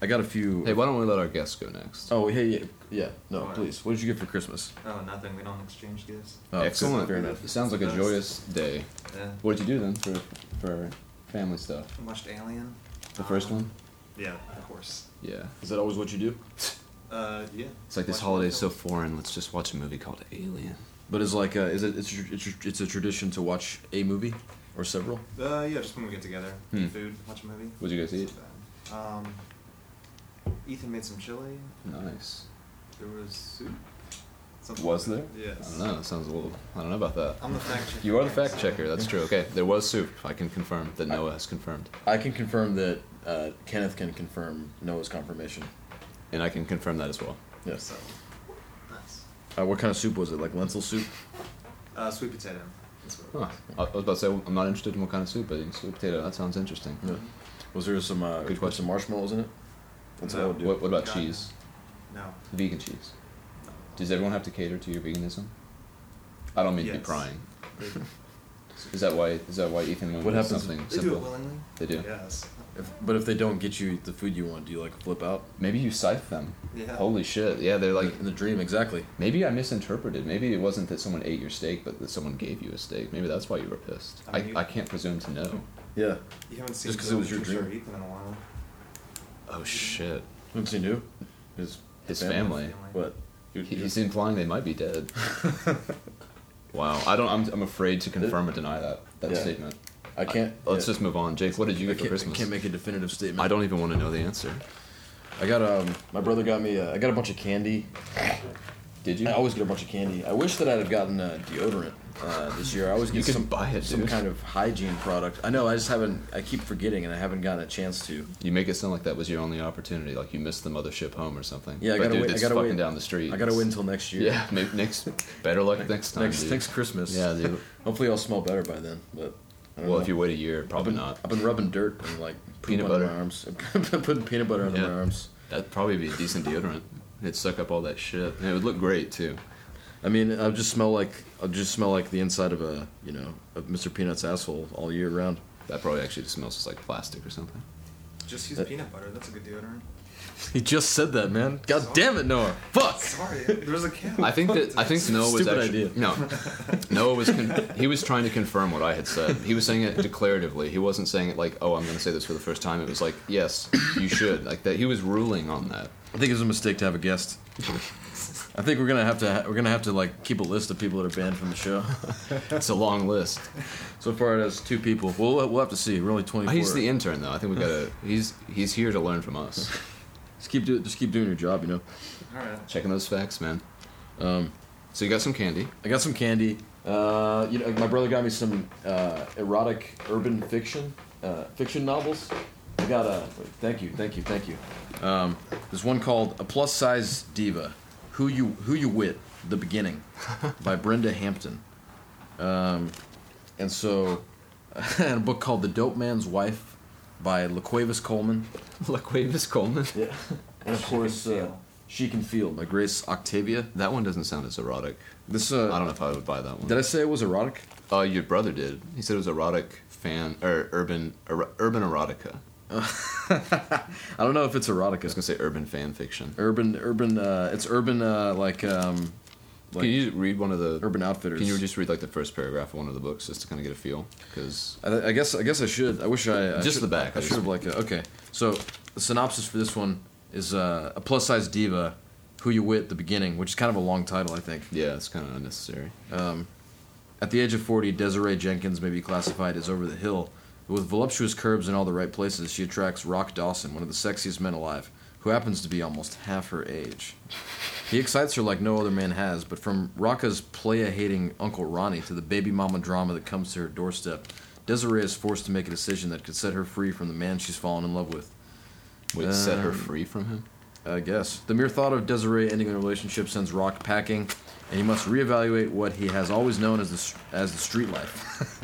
Speaker 1: I got a few.
Speaker 2: Hey, why don't we let our guests go next?
Speaker 1: oh, hey, yeah, yeah. No,
Speaker 3: Alright.
Speaker 1: please. What did you get for Christmas?
Speaker 3: Oh, nothing. We don't exchange gifts.
Speaker 1: Oh,
Speaker 2: Excellent.
Speaker 1: Fair enough.
Speaker 2: It sounds like a joyous day.
Speaker 3: Yeah.
Speaker 2: What did you do then for for family stuff?
Speaker 3: I watched Alien.
Speaker 2: The first
Speaker 3: Um,
Speaker 2: one?
Speaker 3: Yeah, of course.
Speaker 2: Yeah.
Speaker 1: Is that always what you do?
Speaker 3: Uh, yeah.
Speaker 2: It's like this
Speaker 3: Watched
Speaker 2: holiday's so
Speaker 3: that
Speaker 2: foreign. Let's just watch a movie called Alien.
Speaker 1: But is like a, is it it's, a- it's, a- it's a tradition to watch a movie or several?
Speaker 3: film. Uh, yeah, just when we get together,
Speaker 2: Hmm.
Speaker 3: eat food, watch a movie.
Speaker 2: What'd you guys eat?
Speaker 3: It's not bad. Um, Ethan made some chili.
Speaker 2: Nice.
Speaker 3: There was soup. Something
Speaker 2: Was
Speaker 3: like
Speaker 2: there?
Speaker 3: that. Yes.
Speaker 2: I don't know. That sounds a little. I don't know about that.
Speaker 3: I'm the fact checker.
Speaker 2: You are the
Speaker 3: guys.
Speaker 2: fact checker. That's true. Okay, there was soup. I can confirm that Noah has confirmed,
Speaker 1: I can confirm that uh, Kenneth can confirm Noah's confirmation.
Speaker 2: and I can confirm that as well.
Speaker 1: Yes.
Speaker 3: So, nice.
Speaker 1: Uh, what kind of soup was it? Like lentil soup?
Speaker 3: Uh, sweet potato. That's what it
Speaker 2: Huh. I I was about to say I'm not interested in what kind of soup, but sweet potato. That sounds interesting.
Speaker 1: Yeah. Was there some uh,
Speaker 2: Good
Speaker 1: put
Speaker 2: question.
Speaker 1: some marshmallows in it? That's how I
Speaker 3: No.
Speaker 1: would do.
Speaker 2: What,
Speaker 1: It.
Speaker 2: what about
Speaker 3: God,
Speaker 2: cheese?
Speaker 3: No.
Speaker 2: Vegan cheese.
Speaker 3: no.
Speaker 2: Does everyone have to cater to your veganism? I don't mean to be
Speaker 3: Yes.
Speaker 2: prying.
Speaker 3: They,
Speaker 2: (laughs) Is that why? Is that why Ethan went
Speaker 1: What
Speaker 2: with
Speaker 1: happens-
Speaker 2: something
Speaker 3: they do
Speaker 2: simple?
Speaker 3: it willingly.
Speaker 2: They do.
Speaker 3: Yes.
Speaker 1: If, but if they don't get you the food you want, do you like flip out?
Speaker 2: Maybe you scythe them.
Speaker 3: Yeah.
Speaker 2: Holy shit! Yeah, they're like.
Speaker 1: Like in the dream, exactly.
Speaker 2: Maybe I misinterpreted. Maybe it wasn't that someone ate your steak, but that someone gave you a steak. Maybe that's why you were pissed.
Speaker 3: I
Speaker 2: I,
Speaker 3: mean, you-
Speaker 2: I can't presume to know.
Speaker 1: Yeah.
Speaker 3: You haven't seen
Speaker 1: Just 'cause it was
Speaker 3: Joe
Speaker 1: your
Speaker 3: Juice or
Speaker 1: dream.
Speaker 3: Ethan in a while.
Speaker 2: Oh shit!
Speaker 1: What's he do? His
Speaker 2: His family.
Speaker 1: What? You-
Speaker 2: He-
Speaker 1: you-
Speaker 2: He's implying they might be
Speaker 1: (laughs)
Speaker 2: dead. wow. I don't. I'm, I'm afraid to confirm or deny that that
Speaker 1: Yeah.
Speaker 2: statement.
Speaker 1: I can't.
Speaker 2: Let's
Speaker 1: yeah.
Speaker 2: just move on. Jake, what did
Speaker 1: I
Speaker 2: you get for
Speaker 1: can't,
Speaker 2: Christmas?
Speaker 1: can't make a definitive statement.
Speaker 2: I don't even want to know the answer.
Speaker 1: I got um. My brother got me. Uh, I got a bunch of candy.
Speaker 2: Did you?
Speaker 1: I always get a bunch of candy. I wish that I'd have gotten uh, deodorant uh, this year. I always
Speaker 2: You
Speaker 1: get
Speaker 2: can
Speaker 1: some
Speaker 2: buy it,
Speaker 1: some
Speaker 2: dude.
Speaker 1: kind of hygiene product. I know. I just haven't. I keep forgetting, and I haven't gotten a chance to.
Speaker 2: You make it sound like that was your only opportunity, like you missed the mothership home or something.
Speaker 1: Yeah, I
Speaker 2: but
Speaker 1: gotta
Speaker 2: dude,
Speaker 1: wait. I
Speaker 2: It's
Speaker 1: gotta
Speaker 2: fucking
Speaker 1: wait.
Speaker 2: down the street.
Speaker 1: I gotta wait until next year.
Speaker 2: Yeah, (laughs) maybe next. Better luck next time.
Speaker 1: Next
Speaker 2: dude.
Speaker 1: next Christmas. (laughs)
Speaker 2: Yeah, dude.
Speaker 1: Hopefully, I'll smell better by then. But I don't
Speaker 2: Well,
Speaker 1: know.
Speaker 2: if you wait a year,
Speaker 1: I've
Speaker 2: probably
Speaker 1: been,
Speaker 2: not.
Speaker 1: I've been rubbing dirt and like poop
Speaker 2: Peanut
Speaker 1: under
Speaker 2: butter.
Speaker 1: my arms. (laughs) putting peanut butter under
Speaker 2: Yeah.
Speaker 1: my arms.
Speaker 2: That'd probably be a decent deodorant. It'd suck up all that shit, and it would look great too.
Speaker 1: I mean, I just smell like I just smell like the inside of a you know of Mr. Peanut's asshole all year round.
Speaker 2: That probably actually just smells just like plastic or something.
Speaker 3: Just use
Speaker 1: That-
Speaker 3: peanut butter. That's a good deodorant.
Speaker 1: He just said that, man. God damn it, Noah. Fuck.
Speaker 3: Sorry, there was
Speaker 2: (laughs)
Speaker 3: a cat.
Speaker 2: I think that
Speaker 1: (laughs)
Speaker 2: I think Noah was
Speaker 1: Stupid
Speaker 2: actually
Speaker 1: idea.
Speaker 2: no. Noah was con- he was trying to confirm what I had said. He was saying it declaratively. He wasn't saying it like, "Oh, I'm going to say this for the first time." It was like, "Yes, you should." Like that. He was ruling on that.
Speaker 1: I think it was a mistake to have a guest. I think we're gonna have to ha- we're gonna have to like keep a list of people that are banned from the show.
Speaker 2: It's a long list.
Speaker 1: so far, it has two people. We'll we'll have to see. We're only twenty four.
Speaker 2: Oh, He's the intern though. I think
Speaker 1: (laughs)
Speaker 2: we gotta. He's he's here to learn from us.
Speaker 1: just keep do- just keep doing your job, you know.
Speaker 3: All right.
Speaker 2: Checking those facts, man.
Speaker 1: Um,
Speaker 2: So you got some candy. (laughs)
Speaker 1: I got some candy. Uh, you know, my brother got me some uh, erotic urban fiction uh, fiction novels. I got a thank you, thank you, thank you. Um, there's one called A Plus Size Diva, Who You Who You Wit, The Beginning, by Brenda Hampton. Um, and so, (laughs) and a book called The Dope Man's Wife by LaQuavis Coleman.
Speaker 2: Laquavis Coleman.
Speaker 1: Yeah. And of course, uh,
Speaker 3: Feel.
Speaker 1: She Can Feel by Grace Octavia.
Speaker 2: That one doesn't sound as erotic.
Speaker 1: This uh,
Speaker 2: I don't know if I would buy that one.
Speaker 1: Did I say it was erotic?
Speaker 2: Uh, your brother did. He said it was erotic fan or urban er, urban erotica.
Speaker 1: (laughs) I don't know if it's
Speaker 2: I was
Speaker 1: erotica.
Speaker 2: gonna say urban fan fiction.
Speaker 1: Urban, urban. Uh, it's urban, uh, like um, like
Speaker 2: can you read one of the?
Speaker 1: urban outfitters.
Speaker 2: Can you just read like the first paragraph of one of the books just to kind of get a feel? Because
Speaker 1: I, I guess. I guess I should. I wish I I
Speaker 2: Just
Speaker 1: should-
Speaker 2: the back,
Speaker 1: I
Speaker 2: I
Speaker 1: should have like. A, okay. So the synopsis for this one is uh, a plus size diva, who you wit the beginning, which is kind of a long title, I think.
Speaker 2: yeah, it's kind of unnecessary.
Speaker 1: At the age of 40, Desiree Jenkins may be classified as over the hill, but with voluptuous curves in all the right places, she attracts Rock Dawson, one of the sexiest men alive, who happens to be almost half her age. He excites her like no other man has, but from Rocka's playa hating Uncle Ronnie to the baby mama drama that comes to her doorstep, Desiree is forced to make a decision that could set her free from the man she's fallen in love with.
Speaker 2: Would set her
Speaker 1: um,
Speaker 2: free from him.
Speaker 1: I guess. The mere thought of Desiree ending a relationship sends Rock packing, and he must reevaluate what he has always known as the s- as the street life.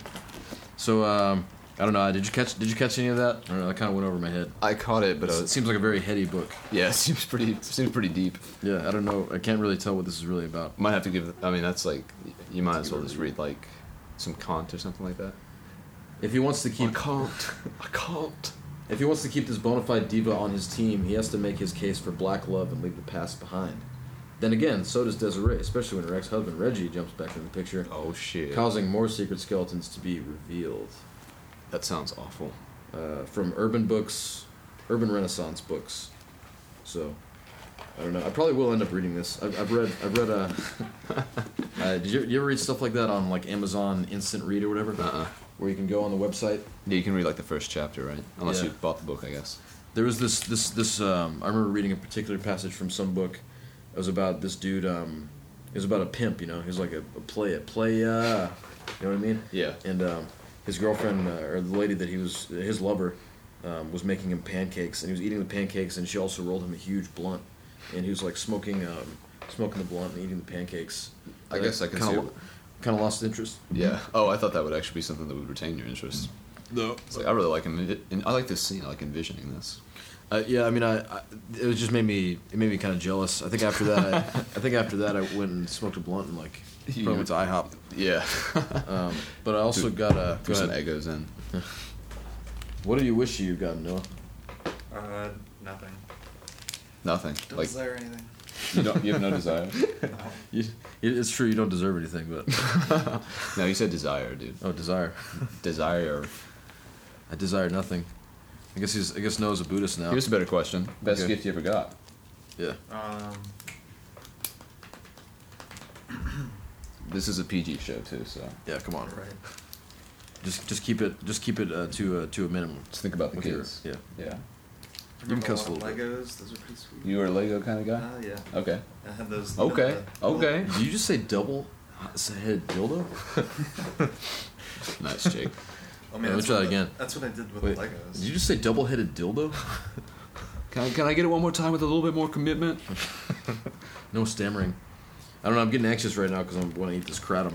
Speaker 1: (laughs) so um, I don't know. Did you catch Did you catch any of that? I don't know. That kind of went over my head.
Speaker 2: I caught it, but I
Speaker 1: It
Speaker 2: was,
Speaker 1: seems like a very heady book.
Speaker 2: (laughs) yeah, it seems pretty seems pretty deep.
Speaker 1: Yeah, I don't know. I can't really tell what this is really about.
Speaker 2: Might have to give. I mean, that's like you might as well just read like some Kant or something like that.
Speaker 1: If he wants to keep
Speaker 2: Kant. I can't.
Speaker 1: If he wants to keep this bona fide diva on his team, he has to make his case for black love and leave the past behind. Then again, so does Desiree, especially when her ex-husband Reggie jumps back into the picture,
Speaker 2: Oh shit.
Speaker 1: causing more secret skeletons to be revealed.
Speaker 2: That sounds awful.
Speaker 1: uh, from urban books, urban renaissance books. So, I don't know. I probably will end up reading this. I've, I've read. I've read. Uh, (laughs) uh, did you, you ever read stuff like that on like Amazon Instant Read or whatever,
Speaker 2: Uh-uh.
Speaker 1: where you can go on the website?
Speaker 2: Yeah, you can read like the first chapter, right? Unless
Speaker 1: Yeah.
Speaker 2: you bought the book, I guess.
Speaker 1: There was this this this. Um, I remember reading a particular passage from some book. It was about this dude. Um, it was about a pimp. You know, he was like a, a play a play. Uh, you know what I mean?
Speaker 2: Yeah.
Speaker 1: and um, his girlfriend uh, or the lady that he was his lover um, was making him pancakes and he was eating the pancakes and she also rolled him a huge blunt and he was like smoking um, smoking the blunt and eating the pancakes
Speaker 2: I guess I can
Speaker 1: kind
Speaker 2: see
Speaker 1: of
Speaker 2: it.
Speaker 1: kind of lost interest
Speaker 2: Yeah. Oh, I thought that would actually be something that would retain your interest.
Speaker 1: no
Speaker 2: It's like I really like envi- and I like this scene. I like envisioning this.
Speaker 1: uh, yeah I mean I, I it was just made me it made me kind of jealous I think after that
Speaker 2: (laughs)
Speaker 1: I, I think after that I went and smoked a blunt and like
Speaker 2: You-
Speaker 1: probably went to IHOP
Speaker 2: Yeah.
Speaker 1: um, but I also got a go
Speaker 2: Throw some
Speaker 1: ahead.
Speaker 2: egos in.
Speaker 1: what do you wish you got Noah
Speaker 3: Uh, nothing.
Speaker 2: Nothing.
Speaker 3: Don't
Speaker 2: like
Speaker 3: desire anything.
Speaker 2: you don't. You have no (laughs) desire.
Speaker 3: No.
Speaker 1: you, it's true you don't deserve anything but
Speaker 2: (laughs) no, you said desire, dude.
Speaker 1: oh desire
Speaker 2: Desire.
Speaker 1: I desire nothing. I guess he's. I guess Noah's a Buddhist now.
Speaker 2: Here's a better question. Best
Speaker 1: Okay.
Speaker 2: gift you ever got?
Speaker 1: yeah.
Speaker 3: Um,
Speaker 2: This is a PG show too, so
Speaker 1: Yeah. Come on.
Speaker 3: right.
Speaker 1: Just just keep it. Just keep it uh, to uh, to a minimum.
Speaker 2: just think about the
Speaker 1: With your-
Speaker 2: kids.
Speaker 1: yeah.
Speaker 2: Yeah.
Speaker 3: I remember
Speaker 1: cuss
Speaker 3: a lot
Speaker 1: a
Speaker 3: of
Speaker 1: little
Speaker 3: Legos. Those are pretty sweet.
Speaker 2: You were a Lego kind of guy.
Speaker 3: Uh, yeah.
Speaker 2: Okay.
Speaker 3: I had those.
Speaker 2: Okay.
Speaker 3: the-
Speaker 2: Okay.
Speaker 1: Did you just say double head dildo?
Speaker 2: Nice, Jake.
Speaker 3: I
Speaker 1: Yeah, let
Speaker 3: mean,
Speaker 1: me
Speaker 3: Oh, that's
Speaker 1: try that
Speaker 3: what the-
Speaker 1: again.
Speaker 3: That's what I did with
Speaker 1: Wait.
Speaker 3: the Legos.
Speaker 1: Did you just say double headed (laughs) dildo?
Speaker 2: can I, can I get it one more time with a little bit more commitment?
Speaker 1: (laughs) No stammering. I don't know. I'm getting anxious right now because I want to eat this kratom.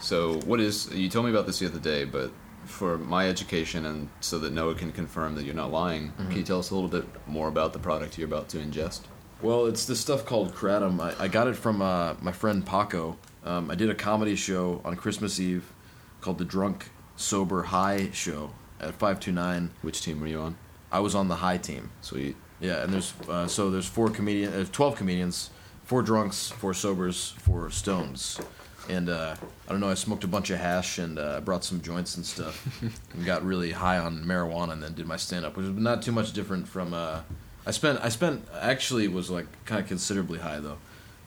Speaker 2: So, what is you told me about this the other day, but for my education and so that Noah can confirm that you're not lying, can you tell us a little bit more about the product you're about to ingest?
Speaker 1: Well, it's this stuff called kratom. I, I got it from uh, my friend Paco. Um, I did a comedy show on Christmas Eve called the Drunk Sober High Show at 529.
Speaker 2: Which team were you on?
Speaker 1: I was on the high team.
Speaker 2: Sweet.
Speaker 1: Yeah, and there's uh, so there's four comedian, uh, twelve comedians, four drunks, four sobers, four stones, and uh, I don't know. I smoked a bunch of hash and uh, brought some joints and
Speaker 2: (laughs)
Speaker 1: stuff, and got really high on marijuana, and then did my stand up, which was not too much different from. Uh, I spent I spent I actually was like kind of considerably high though,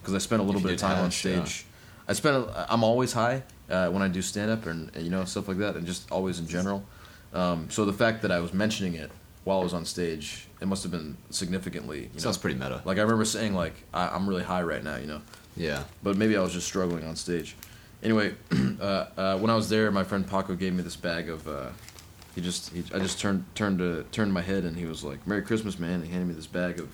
Speaker 1: because I spent a little
Speaker 2: You
Speaker 1: bit of
Speaker 2: did
Speaker 1: time on
Speaker 2: hash, yeah.
Speaker 1: stage. I spent a, I'm always high uh, when I do stand up and you know stuff like that, and just always in general. Um, so the fact that I was mentioning it while I was on stage. It must have been significantly. You
Speaker 2: Sounds
Speaker 1: know?
Speaker 2: pretty meta.
Speaker 1: Like I remember saying like I, I'm really high right now, you know.
Speaker 2: yeah.
Speaker 1: But maybe I was just struggling on stage. Anyway, (clears throat) uh, uh, when I was there, my friend Paco gave me this bag of. Uh, he just he, I just turned turned to, turned my head and he was like, "Merry Christmas, man!" And he handed me this bag of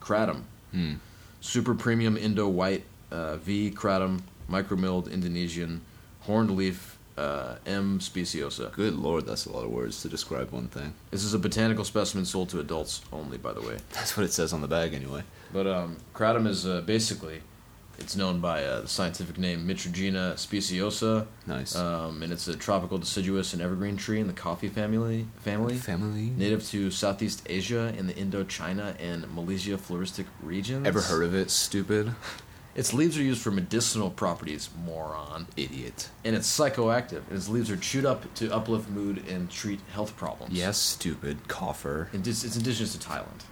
Speaker 1: kratom,
Speaker 2: Hmm.
Speaker 1: super premium Indo white uh, V kratom, micromilled Indonesian, horned leaf uh, M speciosa.
Speaker 2: Good lord, that's a lot of words to describe one thing.
Speaker 1: This is a botanical specimen sold to adults only, by the way.
Speaker 2: That's what it says on the bag, anyway.
Speaker 1: But um, kratom is uh, basically, it's known by uh, the scientific name Mitrogena speciosa,
Speaker 2: Nice.
Speaker 1: um, and it's a tropical deciduous and evergreen tree in the coffee family. Family.
Speaker 2: Family.
Speaker 1: Native to Southeast Asia and the Indochina and Malaysia floristic regions.
Speaker 2: Ever heard of it? Stupid
Speaker 1: Its leaves are used for medicinal properties, moron.
Speaker 2: idiot.
Speaker 1: And it's psychoactive. And its leaves are chewed up to uplift mood and treat health problems.
Speaker 2: Yes, stupid cougher.
Speaker 1: Indi- it's indigenous to Thailand.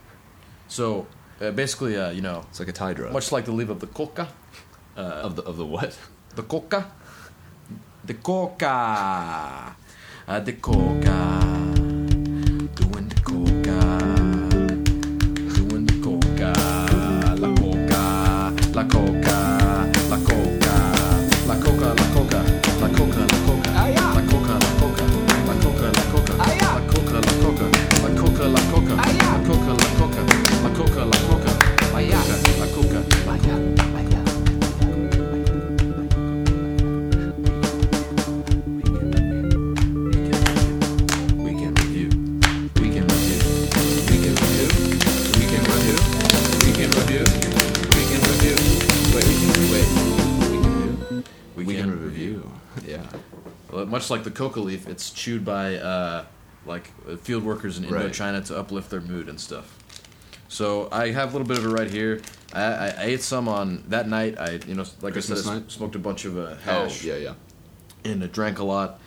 Speaker 1: So uh, basically, uh, you know,
Speaker 2: It's like a tie drug. Uh,
Speaker 1: much like the leaf of the coca,
Speaker 2: of the of the what?
Speaker 1: the coca, the coca, uh, the coca, doing the coca, doing the coca, la coca, la coca, la coca, la coca, la coca, la coca, la coca, la coca, la coca, la coca, la coca, la coca, la coca, la coca, la coca, la coca, la coca, la coca, la coca, la coca, la coca, la coca. Weekend review. Weekend review. Weekend review. Weekend review. Weekend review. Weekend review. Wait, wait. Weekend review.
Speaker 2: Weekend review. Yeah.
Speaker 1: Well, much like the coca leaf, it's chewed by uh, like uh, field workers in
Speaker 2: Right.
Speaker 1: Indochina to uplift their mood and stuff. So I have a little bit of it right here. I, I, I ate some on that night. I you know like I
Speaker 2: Christmas
Speaker 1: said, I s-
Speaker 2: night?
Speaker 1: smoked a bunch of uh,
Speaker 2: Oh
Speaker 1: hash
Speaker 2: yeah yeah.
Speaker 1: and I drank a lot.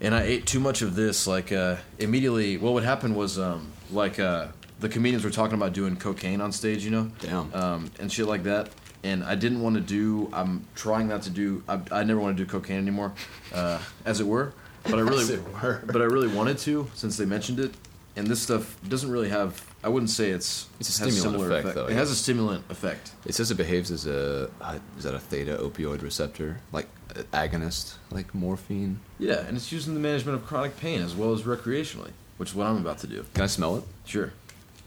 Speaker 1: And I ate too much of this. Like uh, immediately, what would happen was um, like uh, the comedians were talking about doing cocaine on stage, you know,
Speaker 2: Damn.
Speaker 1: um, and shit like that. And I didn't want to do. I'm trying not to do. I, I never want to do cocaine anymore, uh, as it were. But I really,
Speaker 2: As it were.
Speaker 1: but I really wanted to since they mentioned it. And this stuff doesn't really have. I wouldn't say it's.
Speaker 2: It's a
Speaker 1: has
Speaker 2: stimulant
Speaker 1: similar
Speaker 2: effect, though,
Speaker 1: It
Speaker 2: yeah.
Speaker 1: has a stimulant effect.
Speaker 2: It says it behaves as a uh, is that a theta opioid receptor like uh, agonist like morphine.
Speaker 1: Yeah, and it's used in the management of chronic pain as well as recreationally, which is what I'm about to do.
Speaker 2: Can I smell it?
Speaker 1: Sure.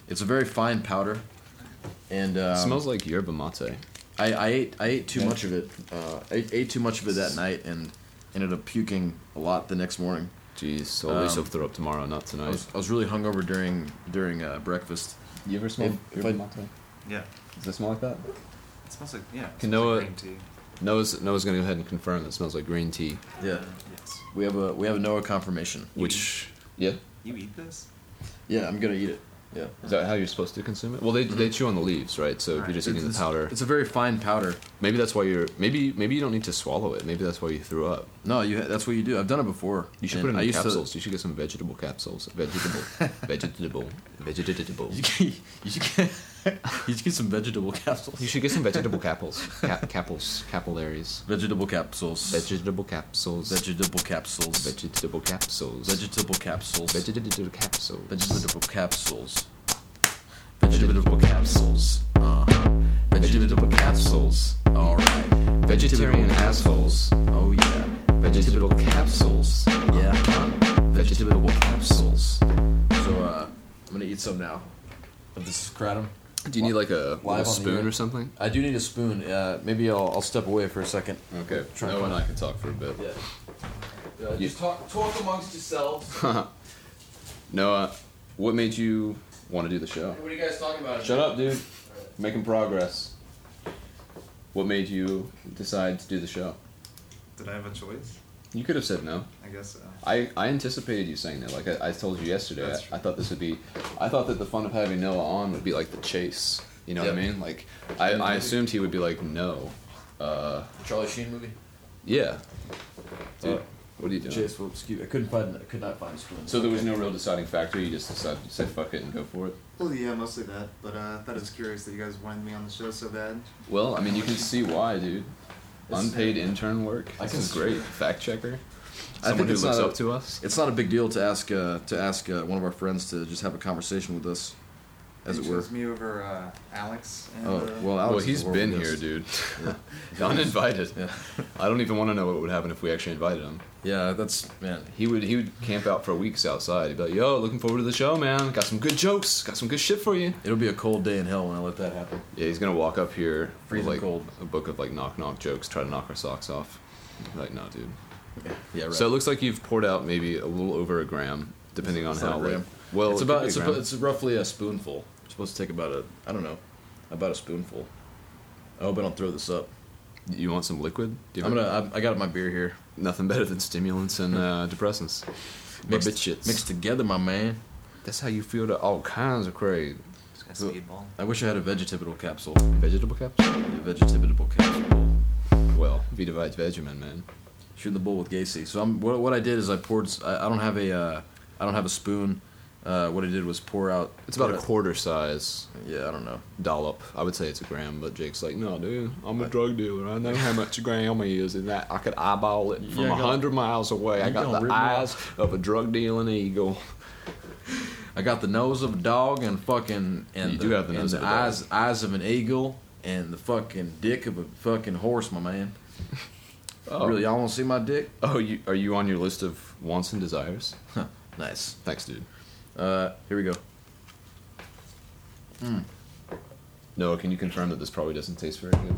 Speaker 1: It's a very fine powder, and um,
Speaker 2: it smells like yerba mate.
Speaker 1: I, I ate I ate too much of it. Uh, I ate too much of it that night and ended up puking a lot the next morning.
Speaker 2: Jeez, so at least
Speaker 1: Um,
Speaker 2: you'll throw up tomorrow, not
Speaker 1: I
Speaker 2: tonight.
Speaker 1: was, I was really hungover during during uh, breakfast.
Speaker 2: you ever
Speaker 1: smelled yerba
Speaker 2: mate?
Speaker 3: Yeah.
Speaker 2: Does it smell like that?
Speaker 3: It smells like yeah. it smells
Speaker 2: Quinoa-
Speaker 3: like green tea.
Speaker 2: Noah's Noah's gonna go ahead and confirm that it smells like green tea,
Speaker 1: Yeah,
Speaker 3: Yes.
Speaker 1: we have a we have a Noah confirmation.
Speaker 2: which yeah,
Speaker 3: You eat this?
Speaker 1: Yeah, I'm gonna eat it. Yeah.
Speaker 2: is that how you're supposed to consume it? Well, they they chew on the leaves, right? So if you're
Speaker 3: Right.
Speaker 2: just eating the
Speaker 1: It's-
Speaker 2: powder,
Speaker 1: It's a very fine powder.
Speaker 2: maybe that's why you're maybe maybe you don't need to swallow it. Maybe that's why you threw up.
Speaker 1: No, you that's what you do. I've done it before.
Speaker 2: You should
Speaker 1: and
Speaker 2: put it
Speaker 1: I
Speaker 2: in
Speaker 1: used to-
Speaker 2: capsules. You should get some vegetable capsules. Vegetable, vegetable, vegetable.
Speaker 1: (laughs) you, should, you, should get, (laughs) you should get some vegetable capsules.
Speaker 2: You should get some vegetable capsules. Cap, capsules, capillaries.
Speaker 1: Vegetable capsules.
Speaker 2: Vegetable capsules.
Speaker 1: vegetable capsules.
Speaker 2: vegetable capsules.
Speaker 1: vegetable capsules.
Speaker 2: vegetable capsules.
Speaker 1: vegetable capsules. Vegetable capsules. Uh huh. Vegetable capsules. All right.
Speaker 2: Vegetarian assholes.
Speaker 1: Oh yeah.
Speaker 2: Vegetable capsules.
Speaker 1: Yeah. Vegetable capsules. So uh, I'm gonna eat some now. Of this kratom.
Speaker 2: Do you need like a
Speaker 1: Live on the
Speaker 2: little spoon
Speaker 1: air.
Speaker 2: or something?
Speaker 1: I do need a spoon. Uh, maybe I'll, I'll step away for a second.
Speaker 2: Okay.
Speaker 1: Try and
Speaker 2: Noah
Speaker 1: find-
Speaker 2: and I can talk for a bit.
Speaker 1: Yeah. Uh, just talk talk amongst yourselves.
Speaker 2: (laughs) Noah, what made you want to do the show?
Speaker 1: What are you guys talking about?
Speaker 2: Shut up, dude. Making progress. What made you decide to do the show?
Speaker 3: Did I have a choice?
Speaker 2: You could have said no.
Speaker 3: I guess uh, so.
Speaker 2: I, I anticipated you saying that. Like I, I told you yesterday,
Speaker 3: That's true.
Speaker 2: I, I thought this would be. I thought that the fun of having Noah on would be like the chase. You know what I
Speaker 1: Yeah.
Speaker 2: mean? Like I, I assumed he would be like no. Uh,
Speaker 1: Charlie Sheen movie.
Speaker 2: yeah. Dude,
Speaker 1: Uh,
Speaker 2: what are you doing?
Speaker 1: Chase, well, excuse me. I couldn't find. I could not find a spoon.
Speaker 2: So there was no real deciding factor. You just decided to say fuck it and go for it.
Speaker 3: Well, yeah, mostly that. But uh, I thought it was curious that you guys wanted me on the show so bad.
Speaker 2: Well, I mean, you can see why, dude.
Speaker 1: This-
Speaker 2: Unpaid intern work.
Speaker 1: I
Speaker 2: This
Speaker 1: can
Speaker 2: is great. Fact checker.
Speaker 1: I think
Speaker 2: Someone who
Speaker 1: it's
Speaker 2: looks
Speaker 1: not a-
Speaker 2: up to us.
Speaker 1: It's not a big deal to ask uh, to ask uh, one of our friends to just have a conversation with us, as
Speaker 3: He
Speaker 1: it were.
Speaker 3: chose me over uh, Alex. And,
Speaker 1: Oh
Speaker 3: uh,
Speaker 1: well, Alex
Speaker 2: well,
Speaker 1: is a
Speaker 2: he's
Speaker 1: horrible
Speaker 2: been here,
Speaker 1: guest. (laughs)
Speaker 2: dude. (laughs) Uninvited.
Speaker 1: Yeah,
Speaker 2: I don't even want to know what would happen if we actually invited him.
Speaker 1: yeah, that's man.
Speaker 2: He would he would camp out for weeks outside. He'd be like, "Yo, looking forward to the show, man. Got some good jokes. Got some good shit for you."
Speaker 1: It'll be a cold day in hell when I let that happen.
Speaker 2: Yeah, he's gonna walk up here, with,
Speaker 1: Freezing
Speaker 2: like
Speaker 1: cold.
Speaker 2: a book of like knock knock jokes, try to knock our socks off. Like, no, dude.
Speaker 1: Yeah, right.
Speaker 2: So it looks like you've poured out maybe a little over a gram, depending on
Speaker 1: It's not
Speaker 2: how.
Speaker 1: a
Speaker 2: Like,
Speaker 1: gram.
Speaker 2: well,
Speaker 1: it's
Speaker 2: it could
Speaker 1: about
Speaker 2: be a
Speaker 1: it's,
Speaker 2: gram.
Speaker 1: about- it's roughly a spoonful. You're supposed to take about a I don't know, about a spoonful. I hope I don't throw this up.
Speaker 2: you want some liquid? Do you
Speaker 1: I'm
Speaker 2: have-
Speaker 1: gonna I, I got my beer here.
Speaker 2: Nothing better than stimulants and uh, depressants. Mixed, shits.
Speaker 1: mixed together, my man.
Speaker 2: That's how you feel to all kinds of crazy
Speaker 3: it's got speedball.
Speaker 1: I wish I had a vegetable capsule.
Speaker 2: vegetable caps.
Speaker 1: A vegetable capsule.
Speaker 2: Well, V divides Vegemin, man.
Speaker 1: shooting the bull with Gacy. So I'm, what, what I did is I poured. s- I, I don't have a. Uh, I don't have a spoon. Uh, what I did was pour out.
Speaker 2: It's about a
Speaker 1: uh,
Speaker 2: quarter size
Speaker 1: Yeah, I don't know.
Speaker 2: dollop. I would say it's a gram, but Jake's like, no, dude, I'm a drug dealer. I know how much a gram is, and that I could eyeball it
Speaker 1: You
Speaker 2: from a
Speaker 1: gonna-
Speaker 2: hundred miles away. I
Speaker 1: you gonna
Speaker 2: got
Speaker 1: rip
Speaker 2: the
Speaker 1: me
Speaker 2: eyes of a drug dealing eagle.
Speaker 1: I got the nose of a dog and fucking and
Speaker 2: You
Speaker 1: the,
Speaker 2: do have the
Speaker 1: and
Speaker 2: nose of a dog.
Speaker 1: eyes eyes of an eagle and the fucking dick of a fucking horse, my man.
Speaker 2: (laughs) Oh.
Speaker 1: Really, y'all want to see my dick?
Speaker 2: Oh, you are you on your list of wants and desires?
Speaker 1: Huh, nice.
Speaker 2: Thanks, dude.
Speaker 1: Uh, here we go.
Speaker 2: Noah, can you confirm that this probably doesn't taste very good?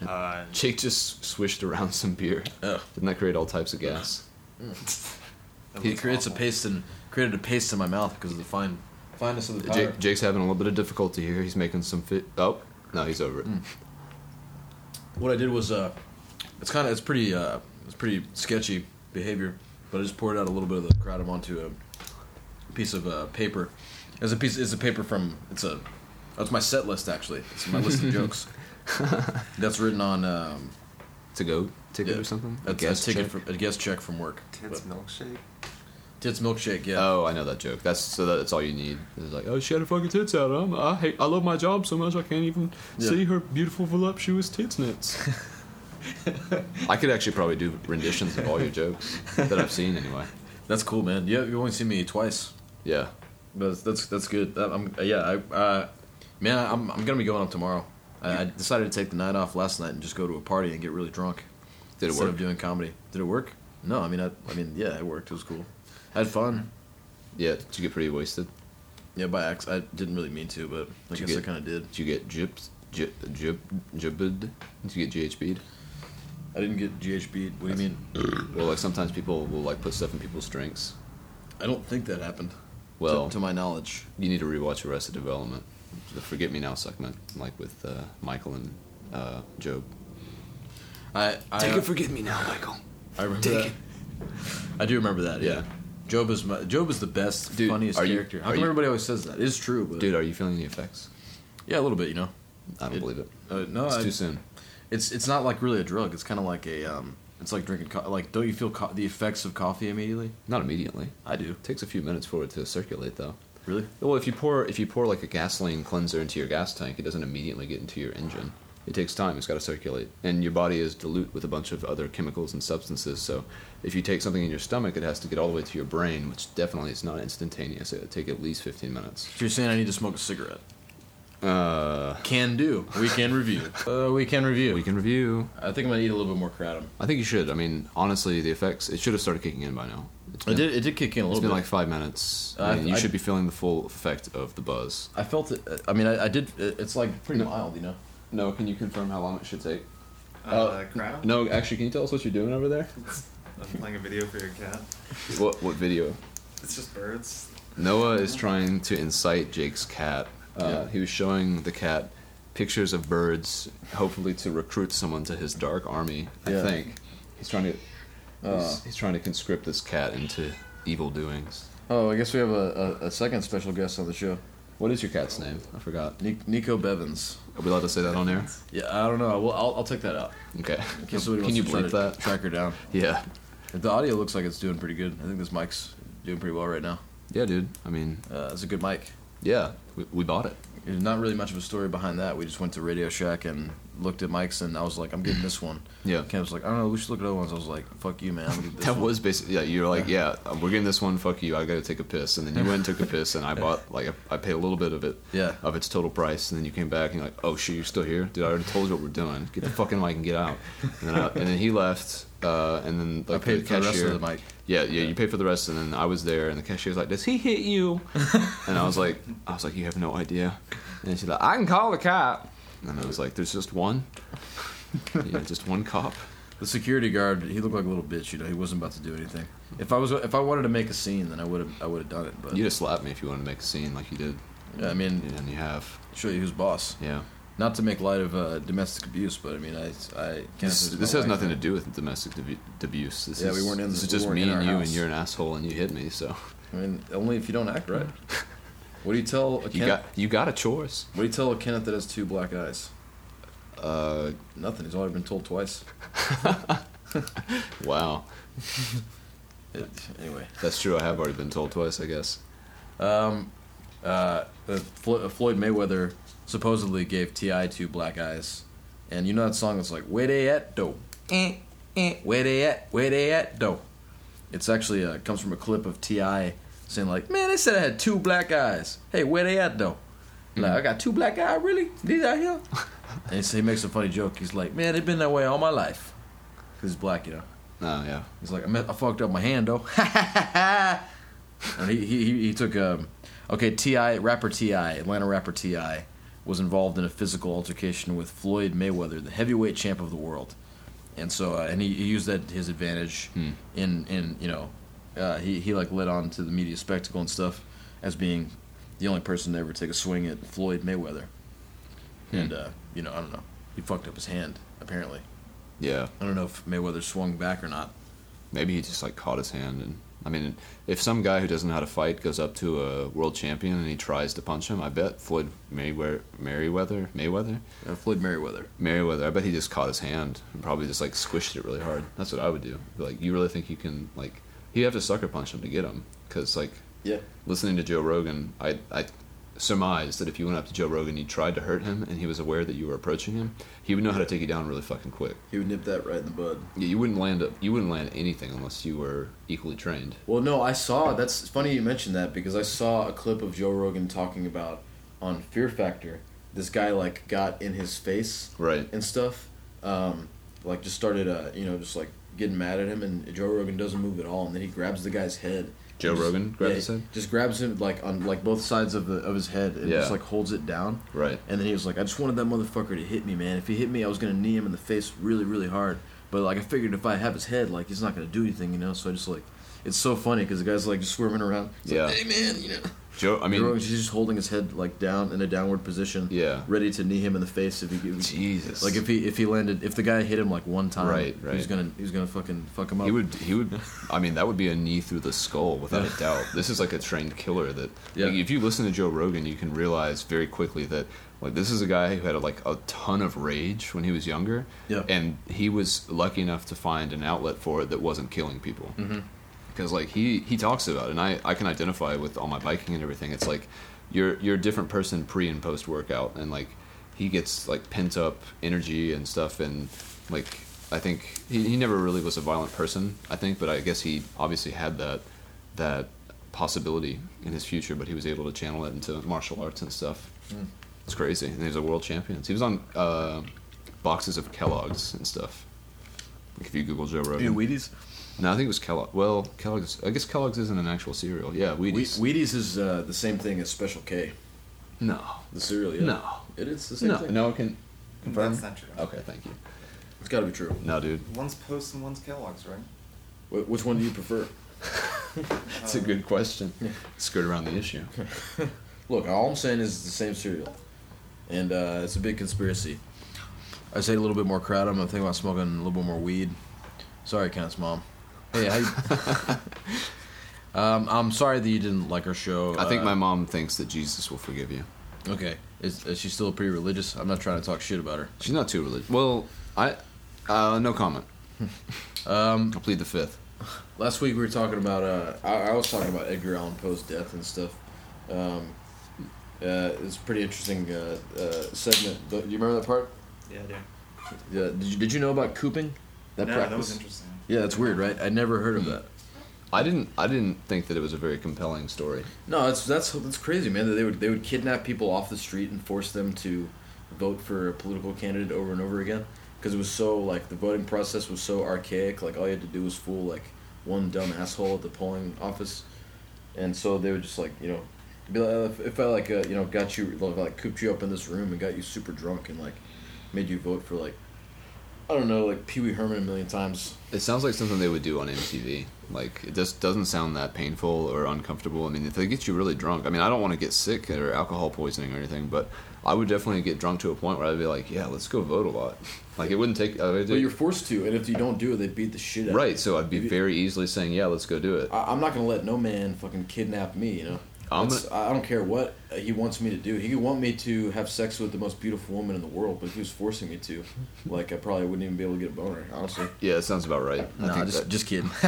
Speaker 2: Oh.
Speaker 3: Uh,
Speaker 2: Jake just swished around (laughs) some beer.
Speaker 1: Ugh.
Speaker 2: Didn't that create all types of gas?
Speaker 3: that
Speaker 1: He
Speaker 3: looks
Speaker 1: creates a
Speaker 3: awful.
Speaker 1: paste and created a paste in my mouth because of the fine fineness of the powder.
Speaker 2: Jake, Jake's having a little bit of difficulty here. He's making some fit. Oh, no, he's over it.
Speaker 1: what I did was uh, it's kind of it's pretty uh, it's pretty sketchy behavior, but I just poured out a little bit of the kratom onto um, a piece of uh, paper. It's a piece. It's a paper from. It's a. Oh, it's my set list actually. It's my list of jokes. That's written on um,
Speaker 2: To go ticket
Speaker 1: yeah,
Speaker 2: or something?
Speaker 1: A, guest ticket
Speaker 2: check?
Speaker 1: from, a guest check from work.
Speaker 3: Tits
Speaker 1: But-
Speaker 3: milkshake.
Speaker 1: tits milkshake. Yeah.
Speaker 2: Oh, I know that joke. That's so that, that's all you need. It's like, oh, she had her fucking tits out. I'm, I hate. I love my job so much I can't even
Speaker 1: Yeah.
Speaker 2: see her beautiful voluptuous tits nits. (laughs) I could actually probably do renditions of all your jokes that I've seen anyway.
Speaker 1: That's cool, man. Yeah, you've only seen me twice.
Speaker 2: Yeah,
Speaker 1: That's that's that's good. That, I'm yeah. I uh, man, I'm I'm gonna be going up tomorrow. I, I decided to take the night off last night and just go to a party and get really drunk.
Speaker 2: did it
Speaker 1: instead
Speaker 2: work?
Speaker 1: of doing comedy. Did it work? No, I mean, I, I mean, yeah, it worked. It was cool. I had fun.
Speaker 2: yeah, did you get pretty wasted?
Speaker 1: Yeah, by accident. I didn't really mean to, but I
Speaker 2: Did you
Speaker 1: guess I
Speaker 2: get-
Speaker 1: kind of did.
Speaker 2: Did you get gypped? Jib, jib, jibbed? Did you get (clears throat) GHB'd?
Speaker 1: I didn't get GHB. What do you mean?
Speaker 2: Well, like sometimes people will like put stuff in people's drinks.
Speaker 1: I don't think that happened. to-
Speaker 2: Well,
Speaker 1: to, my knowledge,
Speaker 2: you need to rewatch Arrested Development, the Forget Me Now segment, like with uh, Michael and uh, Job.
Speaker 1: I I,
Speaker 2: Forget Me Now, Michael.
Speaker 1: I remember
Speaker 2: take
Speaker 1: that.
Speaker 2: it.
Speaker 1: I do remember that. Yeah.
Speaker 2: Yeah.
Speaker 1: Job is my, Job is the best,
Speaker 2: Dude,
Speaker 1: funniest
Speaker 2: are you-
Speaker 1: character. How
Speaker 2: are
Speaker 1: come
Speaker 2: you-
Speaker 1: everybody always says that? It's true, but
Speaker 2: Dude, are you feeling the effects?
Speaker 1: yeah, a little bit, you know.
Speaker 2: I don't
Speaker 1: It-
Speaker 2: believe it.
Speaker 1: Uh, no,
Speaker 2: it's
Speaker 1: I,
Speaker 2: too soon.
Speaker 1: it's it's not like really a drug. It's kind of like a um, it's like drinking co- like don't you feel co- the effects of coffee immediately?
Speaker 2: Not immediately.
Speaker 1: I do.
Speaker 2: It takes a few minutes for it to circulate, though.
Speaker 1: Really?
Speaker 2: Well, if you pour if you pour like a gasoline cleanser into your gas tank, it doesn't immediately get into your engine. It takes time. It's got to circulate, and your body is dilute with a bunch of other chemicals and substances. So, if you take something in your stomach, it has to get all the way to your brain, which definitely is not instantaneous. It would take at least fifteen minutes.
Speaker 1: So you're saying I need to smoke a cigarette?
Speaker 2: Uh,
Speaker 1: Can do. Weekend review. (laughs) Uh, weekend review.
Speaker 2: we can review.
Speaker 1: I think I'm gonna eat a little bit more kratom.
Speaker 2: I think you should. I mean, honestly, the effects it should have started kicking in by now. It's
Speaker 1: It
Speaker 2: been,
Speaker 1: did. It did kick in a
Speaker 2: It's
Speaker 1: little
Speaker 2: been
Speaker 1: bit.
Speaker 2: like five minutes.
Speaker 1: Uh,
Speaker 2: I mean, you
Speaker 1: I-
Speaker 2: should be feeling the full effect of the buzz.
Speaker 1: I felt it. uh, I mean, I, I did. It, it's like pretty mild, you know.
Speaker 2: No, can you confirm how long it should take?
Speaker 3: Uh,
Speaker 1: Oh,
Speaker 2: Uh,
Speaker 3: Kratom?
Speaker 2: No, actually, can you tell us what you're doing over there?
Speaker 3: I'm playing a video for your cat.
Speaker 2: What what video?
Speaker 3: It's just birds.
Speaker 2: Noah is trying to incite Jake's cat. Uh,
Speaker 1: Yeah.
Speaker 2: He was showing the cat pictures of birds, hopefully to recruit someone to his dark army. I
Speaker 1: Yeah.
Speaker 2: think he's trying to he's, he's trying to conscript this cat into evil doings.
Speaker 1: Oh, I guess we have a, a, a second special guest on the show,
Speaker 2: What is your cat's name? I forgot.
Speaker 1: Ni- Nico Bevins.
Speaker 2: Are we allowed to say that on air?
Speaker 1: Yeah, I don't know. Well, I'll, I'll take that out.
Speaker 2: Okay.
Speaker 1: In
Speaker 2: Can,
Speaker 1: case somebody wants
Speaker 2: you
Speaker 1: to try
Speaker 2: bleep
Speaker 1: to
Speaker 2: that?
Speaker 1: track her down.
Speaker 2: Yeah.
Speaker 1: The audio looks like it's doing pretty good. I think this mic's doing pretty well right now.
Speaker 2: Yeah, dude. I mean,
Speaker 1: Uh, it's a good mic.
Speaker 2: yeah, we, we bought it.
Speaker 1: There's not really much of a story behind that. We just went to Radio Shack and looked at Mike's and I was like, I'm getting this one.
Speaker 2: (clears throat) Yeah.
Speaker 1: Cam was like, I don't know, we should look at other ones. I was like, fuck you, man. I'm
Speaker 2: (laughs)
Speaker 1: gonna get this
Speaker 2: That
Speaker 1: one.
Speaker 2: was basically yeah. You're like yeah, we're getting this one. Fuck you. I gotta take a piss, and then you went and took a piss,
Speaker 1: (laughs)
Speaker 2: and I bought like I, I paid a little bit of it.
Speaker 1: Yeah.
Speaker 2: Of its total price, and then you came back and you're like, oh shit, you're still here, dude. I already told you what we're doing.
Speaker 1: (laughs)
Speaker 2: Get the fucking mic and get out. And then, I, and then he left, uh, and then like
Speaker 1: I paid
Speaker 2: the
Speaker 1: for the
Speaker 2: cashier.
Speaker 1: rest of the mic.
Speaker 2: Yeah, yeah, you paid for the rest, and then I was there, and the cashier was like, "Does he hit
Speaker 1: (laughs)
Speaker 2: you?" and I was like, "I was like, you have no idea." And she's like, "I can call the cop." And I was like, "There's just
Speaker 1: (laughs)
Speaker 2: one, yeah, just one cop."
Speaker 1: The security guard, he looked like a little bitch. You know, he wasn't about to do anything. If I was, if I wanted to make a scene, then I would have, I would have done it. But
Speaker 2: You just slapped me if you wanted to make a scene like you did,
Speaker 1: yeah, I mean,
Speaker 2: and you have,
Speaker 1: show you who's boss.
Speaker 2: yeah.
Speaker 1: Not to make light of uh, domestic abuse, but I mean, I, I can't.
Speaker 2: This, this has nothing to do with domestic debu- abuse. This
Speaker 1: Yeah, we
Speaker 2: is,
Speaker 1: weren't in
Speaker 2: This
Speaker 1: the-
Speaker 2: is just
Speaker 1: we weren't
Speaker 2: me
Speaker 1: in
Speaker 2: and
Speaker 1: our
Speaker 2: you,
Speaker 1: house.
Speaker 2: and you're an asshole, and you hit me.
Speaker 1: (laughs)
Speaker 2: So
Speaker 1: I mean, only if you don't act
Speaker 2: (laughs)
Speaker 1: right. What do you tell a
Speaker 2: you
Speaker 1: Kenneth?
Speaker 2: got you got a choice.
Speaker 1: What do you tell a Kenneth that has two black eyes?
Speaker 2: Uh,
Speaker 1: Nothing. He's already been told twice.
Speaker 2: wow,
Speaker 1: It, anyway,
Speaker 2: that's true. I have already been told twice, I guess.
Speaker 1: um, uh, uh, Flo- uh, Floyd Mayweather supposedly gave Ti two black eyes, and you know that song that's like "Where they at though? Eh, eh, Where they at? Where they at though?" It's actually uh, comes from a clip of Ti saying like, "Man, they said I had two black eyes. Hey, where they at though?" Like, I got two black eyes, really? These out (laughs) here? and he say- he makes a funny joke. He's like, "Man, they've been that way all my life." 'Cause he's black, you know.
Speaker 2: Oh yeah,
Speaker 1: He's like, I, me- I fucked up my hand though. (laughs) and he, he, he- he took um, okay. Ti rapper Ti Atlanta rapper Ti was involved in a physical altercation with Floyd Mayweather, the heavyweight champ of the world, and so uh, and he, he used that to his advantage
Speaker 2: Hmm.
Speaker 1: in in you know uh, he he like led on to the media spectacle and stuff as being the only person to ever take a swing at Floyd Mayweather,
Speaker 2: Hmm.
Speaker 1: and uh, you know I don't know he fucked up his hand apparently.
Speaker 2: yeah.
Speaker 1: I don't know if Mayweather swung back or not.
Speaker 2: Maybe he just like caught his hand and I mean, if some guy who doesn't know how to fight goes up to a world champion and he tries to punch him, I bet Floyd Mayweather, Merriweather, Mayweather,
Speaker 1: Uh, Floyd Merriweather.
Speaker 2: Merriweather, I bet he just caught his hand and probably just like squished it really hard. That's what I would do. Be Like, you really think you can like? You have to sucker punch him to get him, because like
Speaker 1: Yeah.
Speaker 2: listening to Joe Rogan, I I surmised that if you went up to Joe Rogan, you tried to hurt him, and he was aware that you were approaching him, he would know how to take you down really fucking quick.
Speaker 1: He would nip that right in the bud.
Speaker 2: Yeah, you wouldn't land up, you wouldn't land anything unless you were equally trained.
Speaker 1: Well, no, I saw. That's funny you mentioned that because I saw a clip of Joe Rogan talking about on Fear Factor. This guy like got in his face
Speaker 2: Right.
Speaker 1: and stuff. Um, like just started, uh, you know, just like getting mad at him, and Joe Rogan doesn't move at all, and then he grabs the guy's head.
Speaker 2: Joe
Speaker 1: Just-
Speaker 2: Rogan grabs
Speaker 1: yeah,
Speaker 2: his head?
Speaker 1: Just grabs him like on like both sides of the of his head and
Speaker 2: Yeah.
Speaker 1: just like holds it down.
Speaker 2: Right.
Speaker 1: And then he was like, I just wanted that motherfucker to hit me, man. If he hit me, I was gonna knee him in the face really, really hard. But like, I figured if I have his head, like, he's not gonna do anything, you know. So I just like, it's so funny because the guy's like just squirming around. He's like,
Speaker 2: Yeah.
Speaker 1: hey man, you know.
Speaker 2: Joe, I
Speaker 1: I mean,
Speaker 2: mean,
Speaker 1: he's just holding his head like down in a downward position.
Speaker 2: Yeah.
Speaker 1: Ready to knee him in the face if he gives.
Speaker 2: Jesus.
Speaker 1: Like if he if he landed if the guy hit him like one time,
Speaker 2: Right,
Speaker 1: He was
Speaker 2: right.
Speaker 1: gonna he was gonna fucking fuck him up.
Speaker 2: he would, he would. I mean, that would be a knee through the skull without a doubt. This is like a trained killer that,
Speaker 1: Yeah.
Speaker 2: like, if you listen to Joe Rogan, you can realize very quickly that, like, this is a guy who had like a ton of rage when he was younger,
Speaker 1: Yeah.
Speaker 2: and he was lucky enough to find an outlet for it that wasn't killing people.
Speaker 1: Mm-hmm.
Speaker 2: because like he he talks about it, and I, I can identify with all my biking and everything it's like you're you're a different person pre and post workout and like he gets like pent up energy and stuff and like i think he, he never really was a violent person i think but i guess he obviously had that that possibility in his future but he was able to channel it into martial arts and stuff it's crazy and he was a world champion he was on uh, boxes of kellogg's and stuff like if you google joe rogan
Speaker 1: You know, Wheaties.
Speaker 2: no, I think it was Kellogg. Well, Kellogg's. I guess Kellogg's isn't an actual cereal. Yeah,
Speaker 1: Wheat-
Speaker 2: Wheaties.
Speaker 1: Wheaties is uh, the same thing as Special K,
Speaker 2: no,
Speaker 1: the cereal. Yeah.
Speaker 2: no,
Speaker 1: It is the same
Speaker 2: no,
Speaker 1: thing.
Speaker 2: no. it Can
Speaker 3: That's not true.
Speaker 1: Oh.
Speaker 2: okay, thank you.
Speaker 1: It's gotta be true.
Speaker 2: No, dude,
Speaker 3: One's Post and one's Kellogg's, right?
Speaker 1: Wh- Which one do you prefer?
Speaker 2: it's a good question. Skirt around the issue.
Speaker 1: Look, all I'm saying is it's the same cereal, and uh, it's a big conspiracy. I say a little bit more kratom. I'm thinking about smoking a little bit more weed. Sorry, Count's mom. Hey, how
Speaker 2: (laughs)
Speaker 1: you- um, I'm sorry that you didn't like our show.
Speaker 2: I think
Speaker 1: Uh,
Speaker 2: my mom thinks that Jesus will forgive you.
Speaker 1: okay. Is, is she still pretty religious? I'm not trying to talk shit about her.
Speaker 2: She's not too religious. Well, I, uh, no comment.
Speaker 1: Hmm.
Speaker 2: um, I plead the fifth.
Speaker 1: Last week we were talking about. Uh, I, I was talking about Edgar Allan Poe's death and stuff. Um, uh, it's a pretty interesting uh, uh, segment. Do you remember that part?
Speaker 3: Yeah, I do.
Speaker 1: Yeah, did you, did you know about cooping? That
Speaker 3: no,
Speaker 1: practice.
Speaker 3: that was interesting.
Speaker 1: Yeah, that's weird, right? I never heard
Speaker 2: Hmm.
Speaker 1: of that.
Speaker 2: I didn't. I didn't think that it was a very compelling story.
Speaker 1: No, that's that's that's crazy, man. That they would they would kidnap people off the street and force them to vote for a political candidate over and over again because it was so like the voting process was so archaic. Like all you had to do was fool like one dumb asshole at the polling office, and so they would just like you know. Be like, uh, if- if I like uh, you know got you like, like cooped you up in this room and got you super drunk and like made you vote for like I don't know like Pee Wee Herman a million times
Speaker 2: It sounds like something they would do on MTV. Like it just doesn't sound that painful or uncomfortable. I mean, if they get you really drunk, I mean, I don't want to get sick or alcohol poisoning or anything, but I would definitely get drunk to a point where I'd be like, yeah, let's go vote a lot. Like it wouldn't take. I would
Speaker 1: but you're forced to and if you don't do it they beat the shit out of you.
Speaker 2: right, so I'd be
Speaker 1: If you-
Speaker 2: very easily saying, yeah, let's go do it.
Speaker 1: I, I'm not gonna let no man fucking kidnap me. You know,
Speaker 2: I'm
Speaker 1: That's- I I don't care what uh, he wants me to do. He could want me to have sex with the most beautiful woman in the world, but if he was forcing me to, like, I probably wouldn't even be able to get a boner. (laughs) Honestly,
Speaker 2: Yeah, it sounds about right. I think that-
Speaker 1: just kidding. (laughs)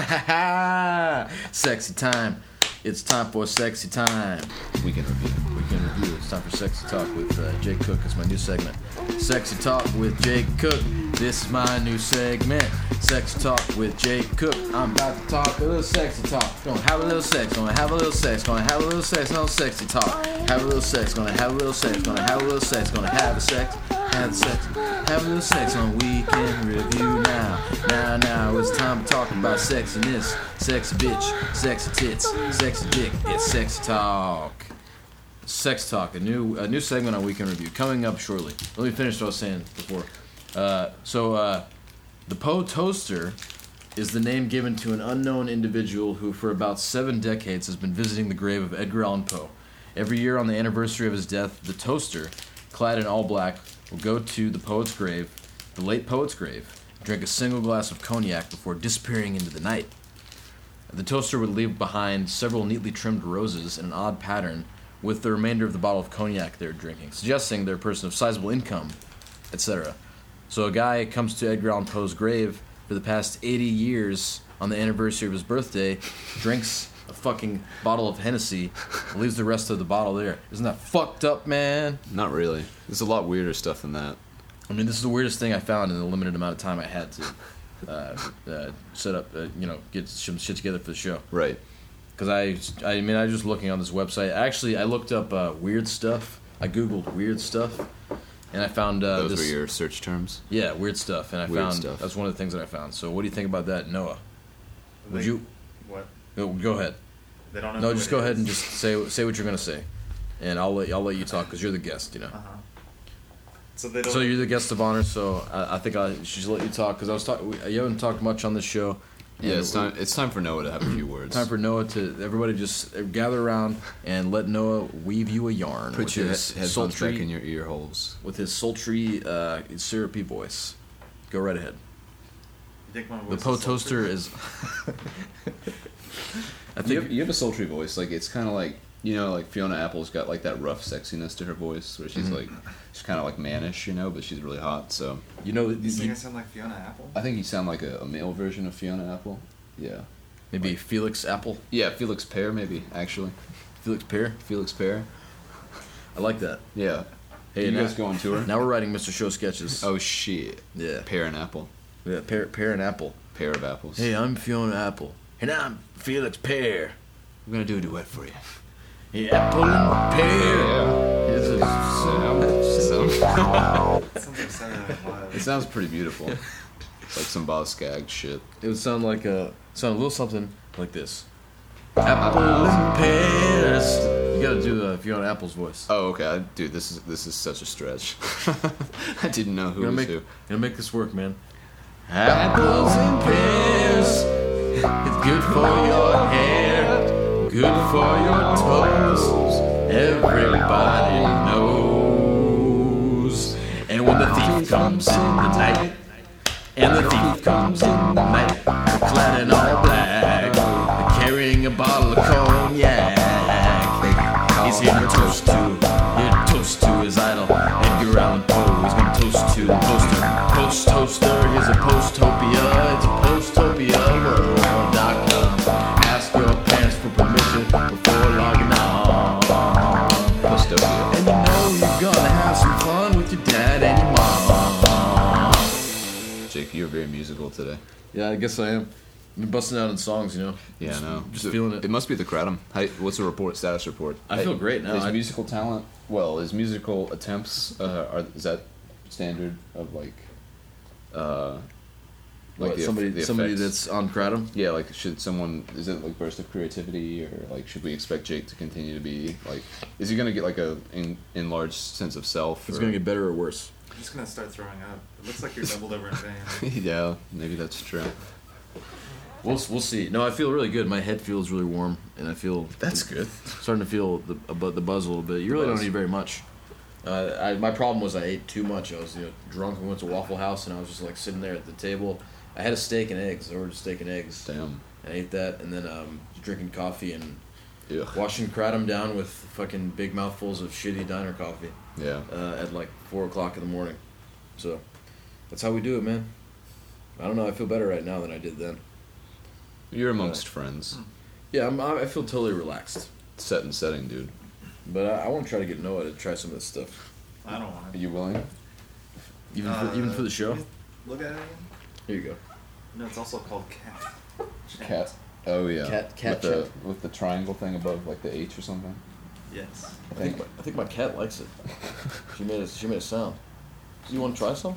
Speaker 1: sexy time. It's time for sexy time. Weekend review. Weekend review. It's time for sexy talk with uh, Jake Cook. It's my new segment. Sexy talk with Jake Cook. This is my new segment. Sexy talk with Jake Cook. I'm about to talk a little sexy talk. Gonna have a little sex. Gonna have a little sex. Gonna have a little sex. No sexy talk. Have a little sex. Gonna have a little sex. Gonna have a little sex. Gonna have a sex. Have sex. Have a little sex on weekend review now. Now, now, it's time to talk about sexiness. Sexy bitch, sexy tits, sexy dick. It's sexy talk. Sex talk, a new a new segment on weekend review coming up shortly. Let me finish what I was saying before. Uh, so, uh, the Poe Toaster is the name given to an unknown individual who, for about seven decades, has been visiting the grave of Edgar Allan Poe. Every year on the anniversary of his death, the toaster, clad in all black, will go to the poet's grave, the late poet's grave, drink a single glass of cognac before disappearing into the night. The toaster would leave behind several neatly trimmed roses in an odd pattern, with the remainder of the bottle of cognac they were drinking, suggesting they're a person of sizable income, etc. So a guy comes to Edgar Allan Poe's grave for the past 80 years on the anniversary of his birthday, drinks a fucking bottle of Hennessy, and leaves the rest of the bottle there. Isn't that fucked up, man?
Speaker 2: not really. There's a lot weirder stuff than that.
Speaker 1: I mean, this is the weirdest thing I found in the limited amount of time I had to uh, uh, set up, uh, you know, get some shit together for the show.
Speaker 2: Right.
Speaker 1: because I, I mean, I was just looking on this website. Actually, I looked up uh, weird stuff. I googled weird stuff, and I found uh,
Speaker 2: Those
Speaker 1: this.
Speaker 2: were your search terms.
Speaker 1: Yeah, weird stuff, and I
Speaker 2: Weird
Speaker 1: found
Speaker 2: stuff.
Speaker 1: that's one of the things that I found. So, what do you think about that, Noah? Would
Speaker 3: They-
Speaker 1: you
Speaker 3: What?
Speaker 1: go, go ahead?
Speaker 3: They don't know.
Speaker 1: No,
Speaker 3: who
Speaker 1: just
Speaker 3: it
Speaker 1: go ahead
Speaker 3: is.
Speaker 1: and just say say what you're gonna say, and I'll let I'll let you talk because you're the guest, you know.
Speaker 3: Uh-huh. So they don't.
Speaker 1: So you're the guest of honor, so I, I think I should just let you talk because I was talking. You haven't talked much on this show.
Speaker 2: Yeah,
Speaker 1: and
Speaker 2: it's time. It's time for Noah to have a few words.
Speaker 1: Time for Noah to everybody just uh, gather around and let Noah weave you a yarn.
Speaker 2: put
Speaker 1: with
Speaker 2: your he-
Speaker 1: his
Speaker 2: headphones
Speaker 1: sultry,
Speaker 2: back in your ear holes.
Speaker 1: with his sultry, uh, syrupy voice. Go right ahead.
Speaker 3: You think my
Speaker 1: The
Speaker 3: voice
Speaker 1: Poe
Speaker 3: is
Speaker 1: Toaster
Speaker 2: (laughs)
Speaker 3: sultry?
Speaker 1: is. I
Speaker 2: You
Speaker 1: think
Speaker 2: have, you have a sultry voice. Like it's kind of like you know, like Fiona Apple's got like that rough sexiness to her voice, where she's
Speaker 1: Mm-hmm.
Speaker 2: like, she's kind of like mannish, you know, but she's really hot. So
Speaker 1: you know
Speaker 3: You think I
Speaker 1: you,
Speaker 3: sound like Fiona Apple?
Speaker 2: I think you sound like a, a male version of Fiona Apple. Yeah.
Speaker 1: maybe Felix Apple,
Speaker 2: Yeah, Felix Pear maybe actually.
Speaker 1: Felix Pear.
Speaker 2: Felix Pear.
Speaker 1: I like that.
Speaker 2: Yeah.
Speaker 1: Hey,
Speaker 2: you
Speaker 1: now,
Speaker 2: guys go
Speaker 1: (laughs)
Speaker 2: on tour?
Speaker 1: now we're writing Mr. Show sketches.
Speaker 2: Oh shit.
Speaker 1: yeah,
Speaker 2: Pear and apple.
Speaker 1: yeah. Pear, pear and apple.
Speaker 2: Pair of apples.
Speaker 1: Hey, I'm Fiona Apple, and I'm Felix Pear.
Speaker 2: we're gonna do a duet for you.
Speaker 1: Hey, apple and pear.
Speaker 2: Yeah.
Speaker 1: This is- (laughs)
Speaker 2: Sound-
Speaker 3: It sounds like Saturday Night
Speaker 2: it
Speaker 3: Live.
Speaker 2: sounds pretty beautiful. like some Bob Skaggs shit.
Speaker 1: It would sound like a sound a little something like this. Apple and pears. You gotta do uh, Fiona Apple's voice.
Speaker 2: Oh, okay, I- dude. This is this is such a stretch. (laughs) I didn't know who
Speaker 1: Gonna
Speaker 2: was
Speaker 1: make,
Speaker 2: who.
Speaker 1: gonna make this work, man. Apples and pears. It's good for your hair. Good for your toes. Everybody knows. And when the thief comes in the night, and the thief comes in the night, clad in all black, carrying a bottle of cognac. He's here to toast to, here to toast to his idol, Edgar Allan Poe. He's gonna toast to the poster. Post toaster, here's a postopia, it's a postopia world. Doctor, ask your parents for permission before logging on.
Speaker 2: Postopia.
Speaker 1: And you know you're gonna have some fun with your dad and your mom.
Speaker 2: You're very musical today.
Speaker 1: Yeah, I guess I am. I've been busting out in songs, you know.
Speaker 2: Yeah,
Speaker 1: just,
Speaker 2: I know.
Speaker 1: Just
Speaker 2: So
Speaker 1: feeling it.
Speaker 2: It must be the kratom. Hey, what's the report? Status report.
Speaker 1: I feel great now.
Speaker 2: Is
Speaker 1: I-
Speaker 2: musical talent? Well, is musical attempts? Uh, are is that standard of like, uh,
Speaker 1: What,
Speaker 2: the eff-
Speaker 1: somebody,
Speaker 2: the
Speaker 1: somebody
Speaker 2: effects?
Speaker 1: that's on kratom.
Speaker 2: yeah. Like, should someone is it like burst of creativity or like should we expect Jake to continue to be like? Is he gonna get like a en- enlarged sense of self?
Speaker 1: It's
Speaker 2: or-
Speaker 1: gonna get better or worse.
Speaker 3: I'm just gonna start throwing up. It looks like you're doubled over in pain.
Speaker 2: (laughs) yeah, maybe that's true.
Speaker 1: We'll we'll see. No, I feel really good. My head feels really warm, and I feel
Speaker 2: good.
Speaker 1: starting to feel the a bu- the buzz a little bit. You really
Speaker 2: buzz.
Speaker 1: don't eat very much. Uh, I, my problem was I ate too much. I was you know, drunk. We went to Waffle House, and I was just like sitting there at the table. I had a steak and eggs. I ordered steak and eggs.
Speaker 2: Damn.
Speaker 1: I ate that, and then um, drinking coffee and
Speaker 2: Ugh.
Speaker 1: washing kratom down with fucking big mouthfuls of shitty diner coffee
Speaker 2: Yeah.
Speaker 1: uh, at like four o'clock in the morning. So that's how we do it, man. I don't know. I feel better right now than I did then.
Speaker 2: You're amongst friends.
Speaker 1: Yeah, I'm, I I feel totally relaxed.
Speaker 2: Set and setting, dude.
Speaker 1: But I, I want to try to get Noah to try some of this stuff,
Speaker 3: I don't want
Speaker 2: Are
Speaker 3: it.
Speaker 2: you willing?
Speaker 1: even for, even for the show.
Speaker 3: Look at it again.
Speaker 1: Here you go.
Speaker 3: No, it's also called cat.
Speaker 2: Cat. Oh yeah.
Speaker 1: Cat- cat
Speaker 2: with
Speaker 1: chip.
Speaker 2: the with the triangle thing above, like the H or something.
Speaker 3: Yes.
Speaker 1: I think my, I think my cat likes (laughs) it. She made a she made a sound. You want to try some?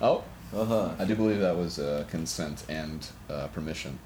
Speaker 2: Oh,
Speaker 1: Uh huh.
Speaker 2: I do believe that was uh, consent and uh, permission.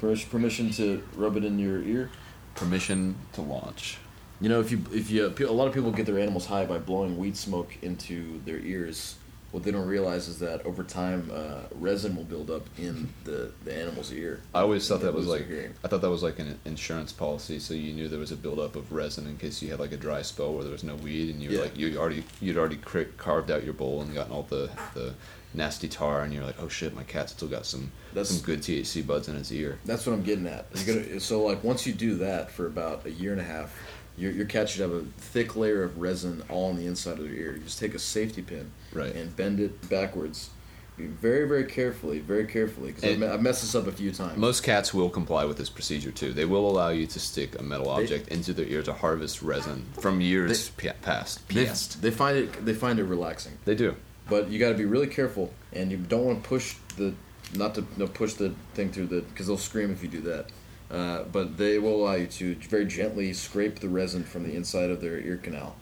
Speaker 1: Permission, permission to rub it in your ear.
Speaker 2: Permission to launch.
Speaker 1: You know, if you if you a lot of people get their animals high by blowing weed smoke into their ears. What they don't realize is that over time, uh, resin will build up in the, the animal's ear.
Speaker 2: I always thought that was
Speaker 1: Lose
Speaker 2: like
Speaker 1: their hearing.
Speaker 2: I thought that was like an insurance policy, so you knew there was a buildup of resin in case you had like a dry spell where there was no weed, and you were
Speaker 1: Yeah.
Speaker 2: like you already you'd already cr- carved out your bowl and gotten all the the nasty tar, and you're like, oh shit, my cat's still got some
Speaker 1: That's-
Speaker 2: some good THC buds in his ear.
Speaker 1: That's what I'm getting at. You're gonna, so like once you do that for about a year and a half, your, your cat should have a thick layer of resin all on the inside of their ear. You just take a safety pin
Speaker 2: Right.
Speaker 1: and bend it backwards, Be very very carefully, very carefully. Because I've,
Speaker 2: And-
Speaker 1: me- I've messed this up a few times.
Speaker 2: Most cats will comply with this procedure too. They will allow you to stick a metal
Speaker 1: They-
Speaker 2: object into their ear to harvest resin from years pa- past.
Speaker 1: they,
Speaker 2: Past.
Speaker 1: they find it they find it relaxing,
Speaker 2: They do.
Speaker 1: but you got to be really careful, and you don't want to push the not to no, push the thing through the because they'll scream if you do that. Uh, but they will allow you to very gently scrape the resin from the inside of their ear canal,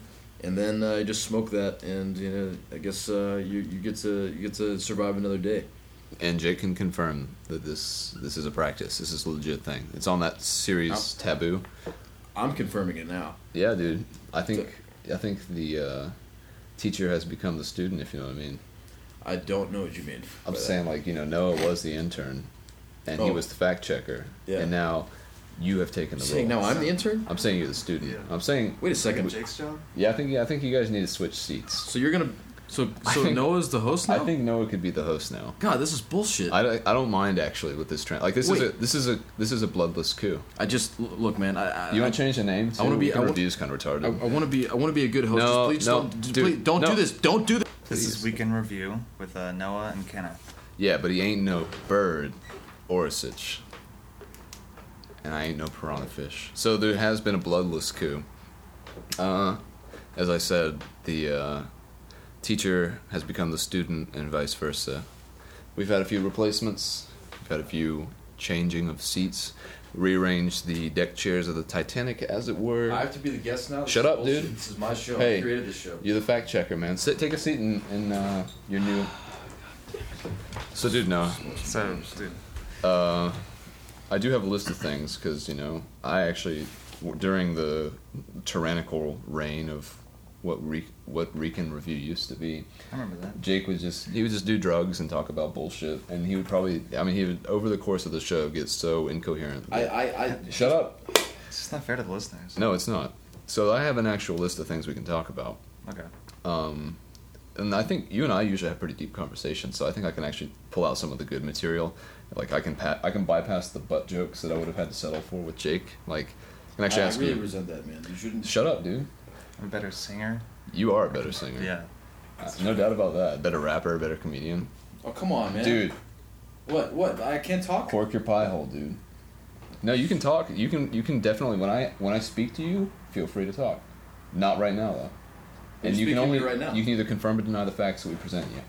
Speaker 1: and then uh, you just smoke that, and you know I guess uh, you you get to you get to survive another day.
Speaker 2: And Jake can confirm that this this is a practice. This is a legit thing. It's on that series
Speaker 1: Oh.
Speaker 2: Taboo.
Speaker 1: I'm confirming it now.
Speaker 2: Yeah, dude. I think I think the uh, teacher has become the student. If you know what I mean.
Speaker 1: I don't know what you mean. by
Speaker 2: I'm
Speaker 1: that.
Speaker 2: saying like you know Noah was the intern, and he
Speaker 1: Oh.
Speaker 2: was the fact checker.
Speaker 1: Yeah.
Speaker 2: And now you have taken
Speaker 1: You're
Speaker 2: the
Speaker 1: saying
Speaker 2: role.
Speaker 1: now I'm the intern.
Speaker 2: I'm saying you're the student.
Speaker 3: Yeah.
Speaker 2: I'm saying.
Speaker 1: Wait a
Speaker 3: Second.
Speaker 1: second.
Speaker 3: Jake's job.
Speaker 2: Yeah, I think I think you guys need to switch seats.
Speaker 1: So you're gonna so
Speaker 2: (laughs) I
Speaker 1: so
Speaker 2: think-
Speaker 1: Noah's the host now.
Speaker 2: I think Noah could be the host now.
Speaker 1: God, this is bullshit.
Speaker 2: I, don't- I don't mind actually with this trend. Like this is
Speaker 1: Wait.
Speaker 2: a this is a this is a bloodless coup.
Speaker 1: I just l- look, man. I, I
Speaker 2: You
Speaker 1: I,
Speaker 2: want to change the name?
Speaker 1: Uh, I wanna
Speaker 2: too?
Speaker 1: be-
Speaker 2: We can
Speaker 1: I wa-
Speaker 2: review's kind of retarded.
Speaker 1: I, want to be. I want to be a good host.
Speaker 2: No,
Speaker 1: Just please
Speaker 2: no,
Speaker 1: don't. just
Speaker 2: dude,
Speaker 1: please, don't
Speaker 2: no.
Speaker 1: do this. Don't do this.
Speaker 3: This
Speaker 2: Please.
Speaker 3: is Weekend Review with uh, Noah and Kenneth.
Speaker 2: yeah, but he ain't no bird, Orisic, and I ain't no piranha fish. So there has been a bloodless coup. Uh, as I said, the uh, teacher has become the student, and vice versa. We've had a few replacements. We've had a few changing of seats. Rearranged the deck chairs of the Titanic, as it were.
Speaker 1: to be the guest now.
Speaker 2: Shut is up, bullshit. dude.
Speaker 1: This is my show.
Speaker 2: I Hey.
Speaker 1: created
Speaker 2: created
Speaker 1: this show.
Speaker 2: You're the fact checker, man. Sit, take a seat in, in uh, your new. So, dude, no.
Speaker 3: So, dude,
Speaker 2: Uh, I do have a list of things because you know I actually w- during the tyrannical reign of what Re- what Rican Review used to be,
Speaker 3: I remember that.
Speaker 2: Jake would just he would just do drugs and talk about bullshit, and he would probably I mean he would over the course of the show get so incoherent.
Speaker 1: I. I. I
Speaker 2: Shut up.
Speaker 3: It's just not fair to the listeners.
Speaker 2: No, it's not. So I have an actual list of things we can talk about.
Speaker 3: Okay.
Speaker 2: um, and I think you and I usually have pretty deep conversations, so I think I can actually pull out some of the good material. Like I can pa- I can bypass the butt jokes that I would have had to settle for with Jake. Like, I can actually
Speaker 1: I
Speaker 2: ask
Speaker 1: really
Speaker 2: you.
Speaker 1: resent that, man. You shouldn't.
Speaker 2: Shut up, dude.
Speaker 3: I'm a better singer.
Speaker 2: You are a better singer.
Speaker 3: Yeah.
Speaker 2: Uh, no doubt about that. Better rapper, better comedian.
Speaker 1: Oh come on, man.
Speaker 2: Dude,
Speaker 1: What? What? I can't talk.
Speaker 2: cork your pie hole, dude. No, you can talk. You can you can definitely when I when I speak to you, feel free to talk. Not right now though.
Speaker 1: You're
Speaker 2: And you
Speaker 1: speaking
Speaker 2: can
Speaker 1: to me
Speaker 2: only
Speaker 1: right now.
Speaker 2: you can either confirm or deny the facts that we present you.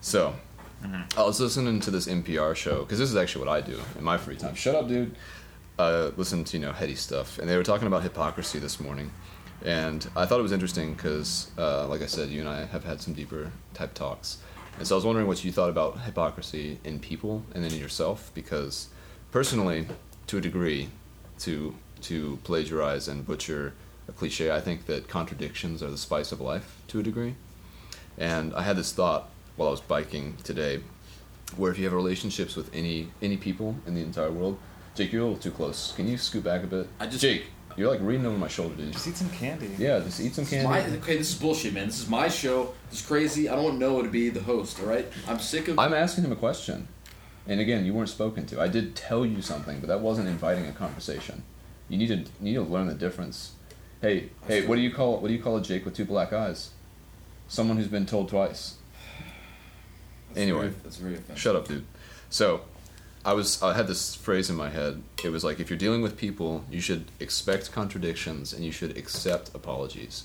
Speaker 2: So,
Speaker 1: Mm-hmm.
Speaker 2: I was listening to this NPR show because this is actually what I do in my free time. Shut up, dude. Uh, listen to you know heady stuff, and they were talking about hypocrisy this morning, and I thought it was interesting because, uh, like I said, you and I have had some deeper type talks, and so I was wondering what you thought about hypocrisy in people and in yourself, because personally, to a degree, to to plagiarize and butcher a cliche, I think that contradictions are the spice of life to a degree. And I had this thought while I was biking today, where if you have relationships with any any people in the entire world, Jake, you're a little too close. Can you scoot back a bit?
Speaker 4: I just-
Speaker 2: Jake, you're like reading over my shoulder, dude.
Speaker 3: Just eat some candy.
Speaker 2: Yeah, just eat some
Speaker 4: It's
Speaker 2: candy.
Speaker 4: my- okay, this is bullshit, man. This is my show. This is crazy. I don't know to be the host. All right, I'm sick of.
Speaker 2: I'm asking him a question, and again, you weren't spoken to. I did tell you something, but that wasn't inviting a conversation. You need to you need to learn the difference. Hey, hey, what do you call what do you call a Jake with two black eyes? Someone who's been told twice.
Speaker 4: That's
Speaker 2: Anyway,
Speaker 4: very- that's very offensive.
Speaker 2: Shut up, dude. So, I was I had this phrase in my head. It was like if you're dealing with people, you should expect contradictions and you should accept apologies,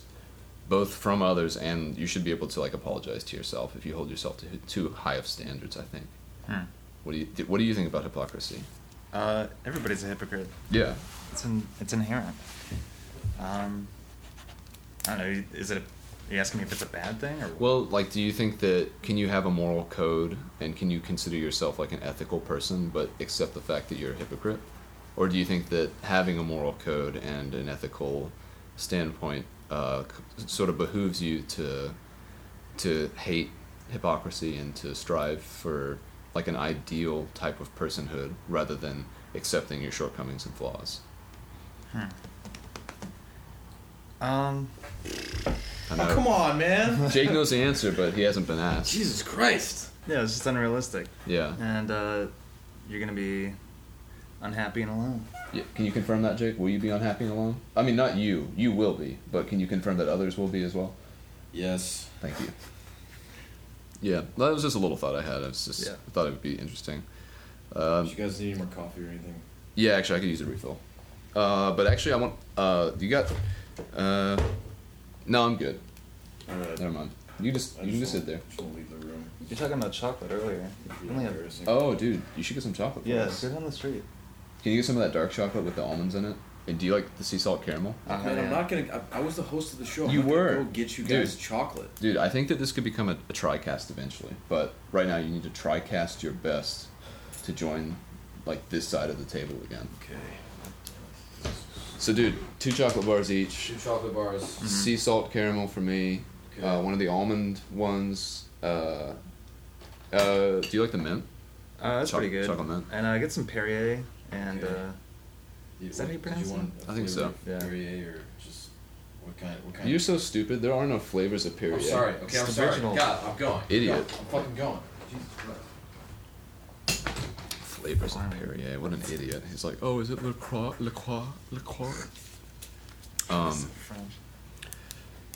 Speaker 2: both from others and you should be able to like apologize to yourself if you hold yourself to too high of standards. I think.
Speaker 3: Hmm.
Speaker 2: What do you What do you think about hypocrisy?
Speaker 3: Uh, everybody's a hypocrite.
Speaker 2: Yeah.
Speaker 3: It's in, it's inherent. Um, I don't know. Is it? A, are you asking me if it's a bad thing or?
Speaker 2: Well, like, do you think that can you have a moral code and can you consider yourself like an ethical person but accept the fact that you're a hypocrite? Or do you think that having a moral code and an ethical standpoint uh, c- sort of behooves you to to hate hypocrisy and to strive for like an ideal type of personhood rather than accepting your shortcomings and flaws?
Speaker 3: um,
Speaker 2: I
Speaker 4: Oh, come on, man.
Speaker 2: Jake knows the answer, but he hasn't been asked.
Speaker 4: Jesus Christ.
Speaker 3: yeah, it's just unrealistic,
Speaker 2: Yeah.
Speaker 3: and uh, you're gonna be unhappy and alone.
Speaker 2: Yeah, can you confirm that, Jake? Will you be unhappy and alone? I mean, not you. You will be, but can you confirm that others will be as well?
Speaker 4: Yes.
Speaker 2: Thank you. Yeah, that was just a little thought I had. I was just
Speaker 3: Yeah.
Speaker 2: I thought it would be interesting.
Speaker 4: Do you guys need any more coffee or anything?
Speaker 2: Yeah, actually, I could use a refill. Uh, but actually, I want. Uh, you got. Uh, no, I'm good.
Speaker 4: All right.
Speaker 2: Never mind. You just
Speaker 4: I
Speaker 2: you can just
Speaker 4: won't-
Speaker 2: sit there.
Speaker 4: Just won't leave the room.
Speaker 3: You're talking about chocolate earlier.
Speaker 4: It'd be
Speaker 3: You only have-
Speaker 4: embarrassing.
Speaker 2: Oh, dude, you should get some chocolate. for
Speaker 3: yeah,
Speaker 2: us.
Speaker 3: go down the street.
Speaker 2: Can you get some of that dark chocolate with the almonds in it? And do you like the sea salt caramel?
Speaker 3: Uh,
Speaker 4: Man,
Speaker 3: yeah.
Speaker 4: I'm not gonna. I, I was the host of the show. I'm
Speaker 2: You
Speaker 4: not gonna
Speaker 2: were.
Speaker 4: Go get you
Speaker 2: Dude.
Speaker 4: guys chocolate.
Speaker 2: Dude, I think that this could become a, a tricast eventually, but right now you need to tricast your best to join like this side of the table again.
Speaker 4: Okay.
Speaker 2: So, dude, two chocolate bars each,
Speaker 4: Two chocolate bars.
Speaker 2: sea salt caramel for me, uh,
Speaker 4: Okay.
Speaker 2: one of the almond ones. Uh, uh, do you like the mint?
Speaker 3: Uh, that's
Speaker 2: Choc-
Speaker 3: pretty good.
Speaker 2: chocolate mint.
Speaker 3: And uh, get some Perrier and
Speaker 4: Okay.
Speaker 3: uh,
Speaker 4: You-
Speaker 3: Is that how you
Speaker 4: did
Speaker 3: pronounce
Speaker 4: want
Speaker 2: it?
Speaker 4: a
Speaker 2: I think so.
Speaker 4: flavor of
Speaker 3: Yeah.
Speaker 4: Perrier or just what kind? What kind?
Speaker 2: You're so stupid. There are no flavors of Perrier.
Speaker 4: I'm Oh, sorry. Okay, I'm
Speaker 3: It's
Speaker 4: sorry.
Speaker 3: original.
Speaker 4: God, I'm going.
Speaker 2: Idiot.
Speaker 4: God, I'm fucking going. Jesus Christ.
Speaker 2: Flavors of Perrier. What an idiot. He's like, oh, is it Le Croix? Le Croix?
Speaker 4: (laughs)
Speaker 2: Le Croix? Um,
Speaker 3: uh, French.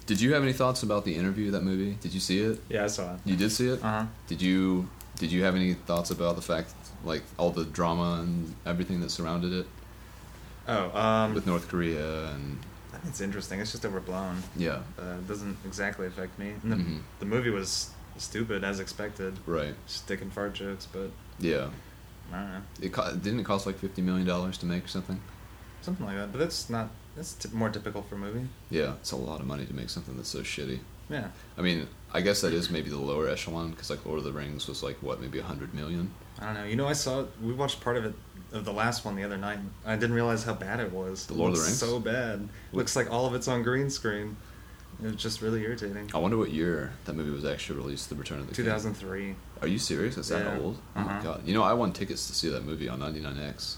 Speaker 2: did you have any thoughts about the interview, that movie? Did you see it?
Speaker 3: Yeah, I saw it.
Speaker 2: You did see it?
Speaker 3: Uh huh.
Speaker 2: Did you did you have any thoughts about the fact, like all the drama and everything that surrounded it
Speaker 3: Oh, um,
Speaker 2: with North Korea and
Speaker 3: I think it's interesting. It's just overblown.
Speaker 2: yeah,
Speaker 3: Uh, it doesn't exactly affect me. And the,
Speaker 2: Mhm.
Speaker 3: the movie was stupid as expected.
Speaker 2: right,
Speaker 3: Just dick and fart jokes, but
Speaker 2: yeah.
Speaker 3: I don't know,
Speaker 2: It co- didn't it cost like fifty million dollars to make or something.
Speaker 3: something like that. But that's not. That's t- more typical for a movie.
Speaker 2: Yeah, it's a lot of money to make something that's so shitty.
Speaker 3: Yeah.
Speaker 2: I mean, I guess that is maybe the lower echelon because like Lord of the Rings was like what maybe a hundred million.
Speaker 3: I don't know. You know, I saw we watched part of it of the last one the other night. and I didn't realize how bad it was.
Speaker 2: The Lord of the
Speaker 3: It looks
Speaker 2: Rings?
Speaker 3: So bad. Looks like all of it's on green screen. It was just really irritating.
Speaker 2: I wonder what year that movie was actually released. The Return of the
Speaker 3: Two
Speaker 2: King.
Speaker 3: thousand three.
Speaker 2: Are you serious? That's that
Speaker 3: Yeah.
Speaker 2: old? Oh my
Speaker 3: Uh-huh.
Speaker 2: god! You know, I won tickets to see that movie on ninety nine X.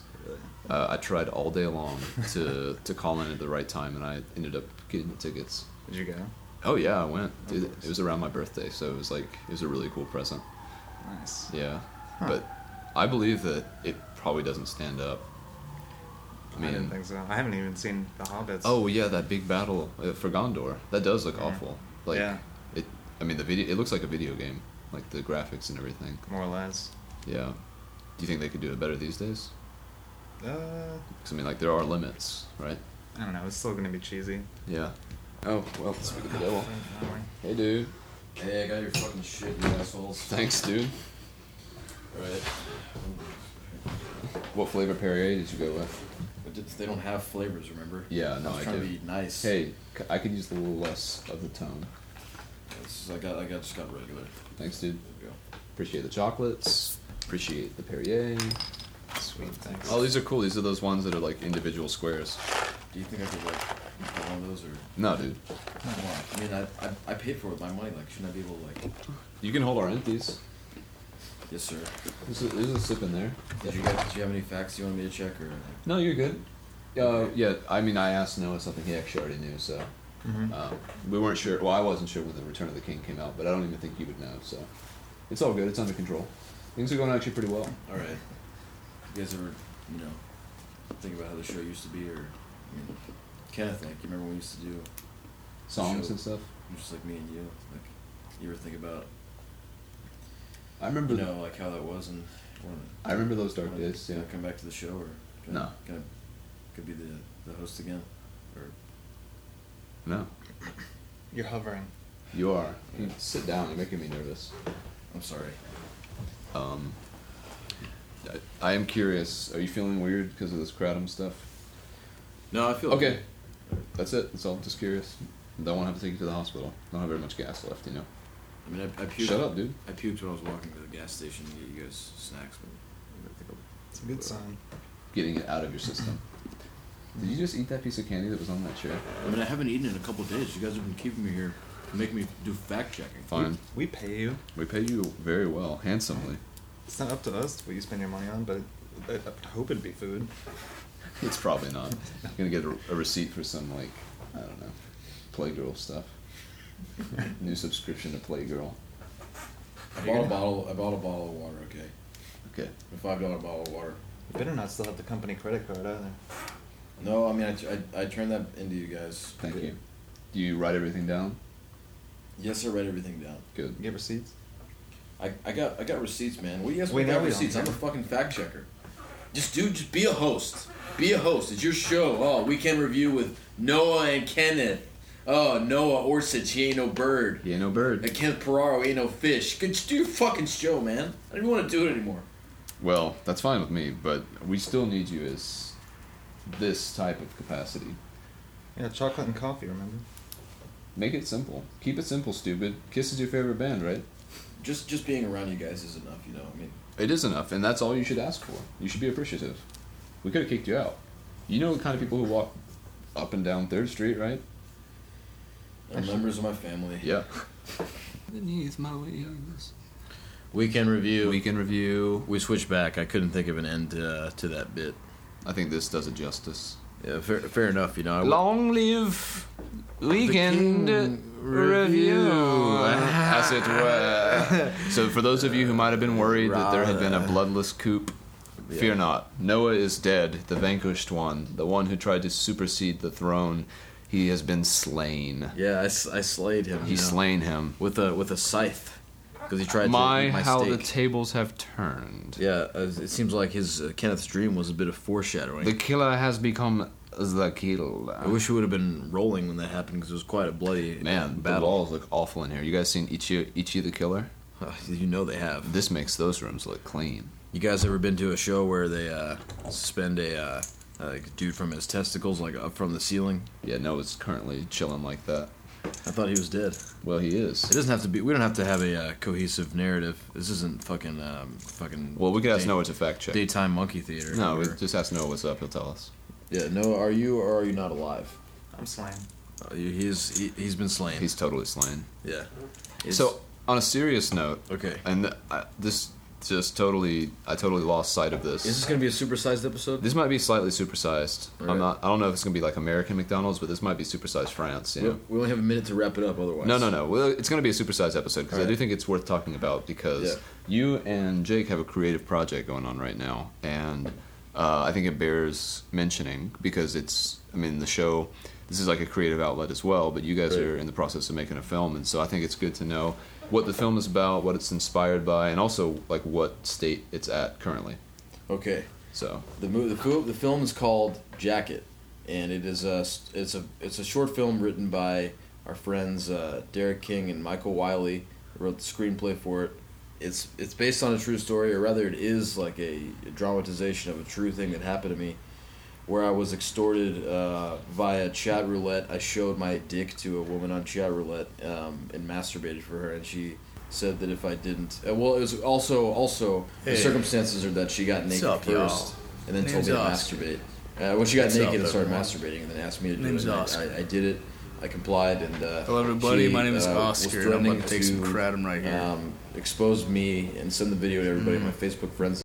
Speaker 2: Uh, I tried all day long to (laughs) to call in at the right time, and I ended up getting the tickets.
Speaker 3: Did you go?
Speaker 2: Oh yeah, I went.
Speaker 3: Oh,
Speaker 2: Dude,
Speaker 3: nice.
Speaker 2: it was around my birthday, so it was like it was a really cool present.
Speaker 3: Nice.
Speaker 2: Yeah,
Speaker 3: Huh.
Speaker 2: but I believe that it probably doesn't stand up. I
Speaker 3: I didn't
Speaker 2: mean,
Speaker 3: think so. I haven't even seen the Hobbits.
Speaker 2: oh yeah, that big battle uh, for Gondor that does look
Speaker 3: Yeah.
Speaker 2: awful. Like
Speaker 3: yeah,
Speaker 2: it, I mean the video it looks like a video game, like the graphics and everything.
Speaker 3: more or less.
Speaker 2: Yeah, do you think they could do it better these days?
Speaker 3: Uh,
Speaker 2: 'Cause, I mean, like there are limits, right?
Speaker 3: I don't know. It's still gonna be cheesy.
Speaker 2: Yeah. Oh well, speak of the devil. Hey, dude.
Speaker 1: Hey, I got your fucking shit, you assholes.
Speaker 2: Thanks, dude.
Speaker 1: Alright.
Speaker 2: What flavor Perrier did you go with?
Speaker 1: But it's- They don't have flavors, remember?
Speaker 2: Yeah,
Speaker 1: I
Speaker 2: no,
Speaker 1: was
Speaker 2: I
Speaker 1: trying to
Speaker 2: do.
Speaker 1: be nice.
Speaker 2: Hey, c- I could use a little less of the tone.
Speaker 1: This is- I got, I got, just got regular.
Speaker 2: Thanks, dude.
Speaker 1: There we go.
Speaker 2: Appreciate the chocolates. Appreciate the Perrier.
Speaker 3: Sweet, thanks.
Speaker 2: Oh, these are cool. These are those ones that are like individual squares.
Speaker 1: Do you think I could like get one of those or?
Speaker 2: No, dude.
Speaker 1: I mean, I, I, I paid for it with my money. Like, shouldn't I be able to like?
Speaker 2: You can hold our empties.
Speaker 1: Yes, sir.
Speaker 2: There's a, there's a sip in there.
Speaker 1: Did you guys? Do you have any facts you want me to check or? Like,
Speaker 2: No, you're good. Uh, yeah, I mean, I asked Noah something he actually already knew, so um, we weren't sure. Well, I wasn't sure when the Return of the King came out, but I don't even think you would know. So it's all good. It's under control. Things are going actually pretty well.
Speaker 1: all right. You guys ever, you know, think about how the show used to be or? I mean, Kenneth, like, you remember when we used to do?
Speaker 2: Songs
Speaker 1: Sure.
Speaker 2: and stuff.
Speaker 1: Just like me and you, like, you ever think about,
Speaker 2: I remember.
Speaker 1: you know, like how that was and. when-
Speaker 2: I remember those dark
Speaker 1: Wanna-
Speaker 2: days. Yeah.
Speaker 1: wanna Come back to the show, or can
Speaker 2: No.
Speaker 1: I, can I, could be the the host again, or
Speaker 2: No,
Speaker 3: You're hovering.
Speaker 2: you are. You sit down. You're making me nervous.
Speaker 1: I'm sorry.
Speaker 2: Um, I, I am curious. Are you feeling weird because of this kratom stuff?
Speaker 1: No, I feel
Speaker 2: Okay, that's it. That's all. Just curious. Don't want to have to take you to the hospital. Don't have very much gas left. You know.
Speaker 1: I mean, I, I puked.
Speaker 2: Shut up, dude.
Speaker 1: I puked when I was walking to the gas station to get you guys snacks, but I think I'll,
Speaker 3: It's a good sign.
Speaker 2: getting it out of your system. Did you just eat that piece of candy that was on that chair?
Speaker 1: I mean, I haven't eaten in a couple of days. You guys have been keeping me here, making me do fact checking.
Speaker 2: Fine.
Speaker 3: We pay you.
Speaker 2: We pay you very well, handsomely.
Speaker 3: It's not up to us what you spend your money on, but I, I hope it'd be food.
Speaker 2: It's probably not. You're gonna get a, a receipt for some like I don't know, Playgirl stuff. New subscription to Playgirl.
Speaker 1: I bought a bottle. I bought a bottle of water. Okay,
Speaker 2: Okay.
Speaker 1: a five dollar bottle of water.
Speaker 3: You better not still have the company credit card either.
Speaker 1: No, I mean, I, I, I turned that into you guys.
Speaker 2: Thank
Speaker 1: but-
Speaker 2: you. Do you write everything down?
Speaker 1: Yes, I read everything down.
Speaker 2: Good.
Speaker 3: You get receipts?
Speaker 1: I, I got I got receipts, man. What do you guys
Speaker 3: We
Speaker 1: want
Speaker 3: know
Speaker 1: got
Speaker 3: we
Speaker 1: receipts?
Speaker 3: don't.
Speaker 1: I'm a fucking fact checker. Just dude, just be a host. Be a host. It's your show. Oh, weekend review with Noah and Kenneth. Oh, Noah Orsich, he ain't no bird.
Speaker 2: He ain't no bird.
Speaker 1: And Kenneth Ferraro, he ain't no fish. Good, just do your fucking show, man. I don't even want to do it anymore.
Speaker 2: Well, that's fine with me, but we still need you as this type of capacity.
Speaker 3: Yeah, chocolate and coffee, remember?
Speaker 2: Make it simple. Keep it simple, stupid. Kiss is your favorite band, right?
Speaker 1: Just just being around you guys is enough, you know. I mean,
Speaker 2: It is enough, and that's all you should ask for. You should be appreciative. We could have kicked you out. You know the kind of people who walk up and down Third Street, right?
Speaker 1: they're members of my family.
Speaker 2: Yeah.
Speaker 5: Beneath my wings.
Speaker 1: Weekend review.
Speaker 2: Weekend review.
Speaker 1: we switched back. I couldn't think of an end uh, to that bit.
Speaker 2: I think this does it justice.
Speaker 1: Yeah, fair, fair enough, you know. I
Speaker 5: Long live weekend review.
Speaker 2: As it
Speaker 5: (laughs)
Speaker 2: were. So, for those of you who might have been worried that there had been a bloodless coup, fear not. Noah is dead, the vanquished one, the one who tried to supersede the throne. He has been slain.
Speaker 1: Yeah, I, s- I slayed him.
Speaker 2: He
Speaker 1: you know,
Speaker 2: slain him.
Speaker 1: with a with a scythe because he tried to
Speaker 2: My,
Speaker 1: eat my
Speaker 2: how
Speaker 1: steak.
Speaker 2: the tables have turned.
Speaker 1: yeah, uh, it seems like his uh, Kenneth's dream was a bit of foreshadowing.
Speaker 2: The killer has become the killer.
Speaker 1: I wish it would have been rolling when that happened because it was quite a bloody uh,
Speaker 2: Man, the
Speaker 1: battle.
Speaker 2: walls look awful in here. You guys seen Ichi, Ichi the Killer?
Speaker 1: Uh, you know they have.
Speaker 2: This makes those rooms look clean.
Speaker 1: You guys ever been to a show where they uh, suspend a uh, like dude from his testicles like up from the ceiling?
Speaker 2: Yeah, no, it's currently chilling like that.
Speaker 1: I thought he was dead.
Speaker 2: Well, he
Speaker 1: It
Speaker 2: is.
Speaker 1: doesn't have to be. We don't have to have a uh, cohesive narrative. This isn't fucking um, fucking.
Speaker 2: Well, we could ask
Speaker 1: day-
Speaker 2: Noah to fact check.
Speaker 1: Daytime monkey theater.
Speaker 2: No,
Speaker 1: Or-
Speaker 2: we just ask Noah what's up. He'll tell us.
Speaker 1: yeah. Noah, are you or are you not alive?
Speaker 3: I'm slaying.
Speaker 1: Uh, he's he, he's been slain.
Speaker 2: He's totally slain.
Speaker 1: yeah.
Speaker 2: So, on a serious note,
Speaker 1: okay,
Speaker 2: and th- I, this just totally, I totally lost sight of this.
Speaker 1: is this gonna be a supersized episode?
Speaker 2: This might be slightly supersized.
Speaker 1: Right.
Speaker 2: I'm not. I don't know if it's gonna be like American McDonald's, but this might be supersized France. You
Speaker 1: We-
Speaker 2: know.
Speaker 1: We only have a minute to wrap it up. Otherwise,
Speaker 2: No, no, no. Well, it's going to be a supersized episode because I do
Speaker 1: Alright.
Speaker 2: think it's worth talking about because
Speaker 1: Yeah.
Speaker 2: you and Jake have a creative project going on right now, and uh, I think it bears mentioning because it's. I mean, the show. This is like a creative outlet as well, but you guys
Speaker 1: Right.
Speaker 2: are in the process of making a film, and so I think it's good to know what the film is about, what it's inspired by, and also like what state it's at currently.
Speaker 1: Okay.
Speaker 2: So
Speaker 1: The movie, the, fil- the film is called Jacket, and it is a s- it's a it's a short film written by Our friends uh, Derek King and Michael Wiley wrote the screenplay for it. It's it's based on a true story, or rather, it is like a, dramatization of a true thing that happened to me, where I was extorted uh, via chat roulette. I showed my dick to a woman on chat roulette um, and masturbated for her, and she said that if I didn't, uh, well, it was also also
Speaker 6: Hey.
Speaker 1: the circumstances are that she got naked
Speaker 7: up,
Speaker 1: 1st
Speaker 7: y'all?
Speaker 1: and then
Speaker 7: Name's
Speaker 1: told me to
Speaker 7: Oscar.
Speaker 1: masturbate. Uh, when she got
Speaker 7: What's
Speaker 1: naked
Speaker 7: up,
Speaker 1: and started
Speaker 7: everyone?
Speaker 1: masturbating, and then asked me to do
Speaker 7: Name's
Speaker 1: it, and I-
Speaker 7: Oscar.
Speaker 1: I, I did it. I complied, and uh,
Speaker 7: Hello, everybody.
Speaker 1: she,
Speaker 7: My name is
Speaker 1: uh, was
Speaker 7: Oscar, and I'm about
Speaker 1: threatening
Speaker 7: to take some kratom right here. Mm-hmm.
Speaker 1: Um, expose me and send the video to everybody on my Facebook friends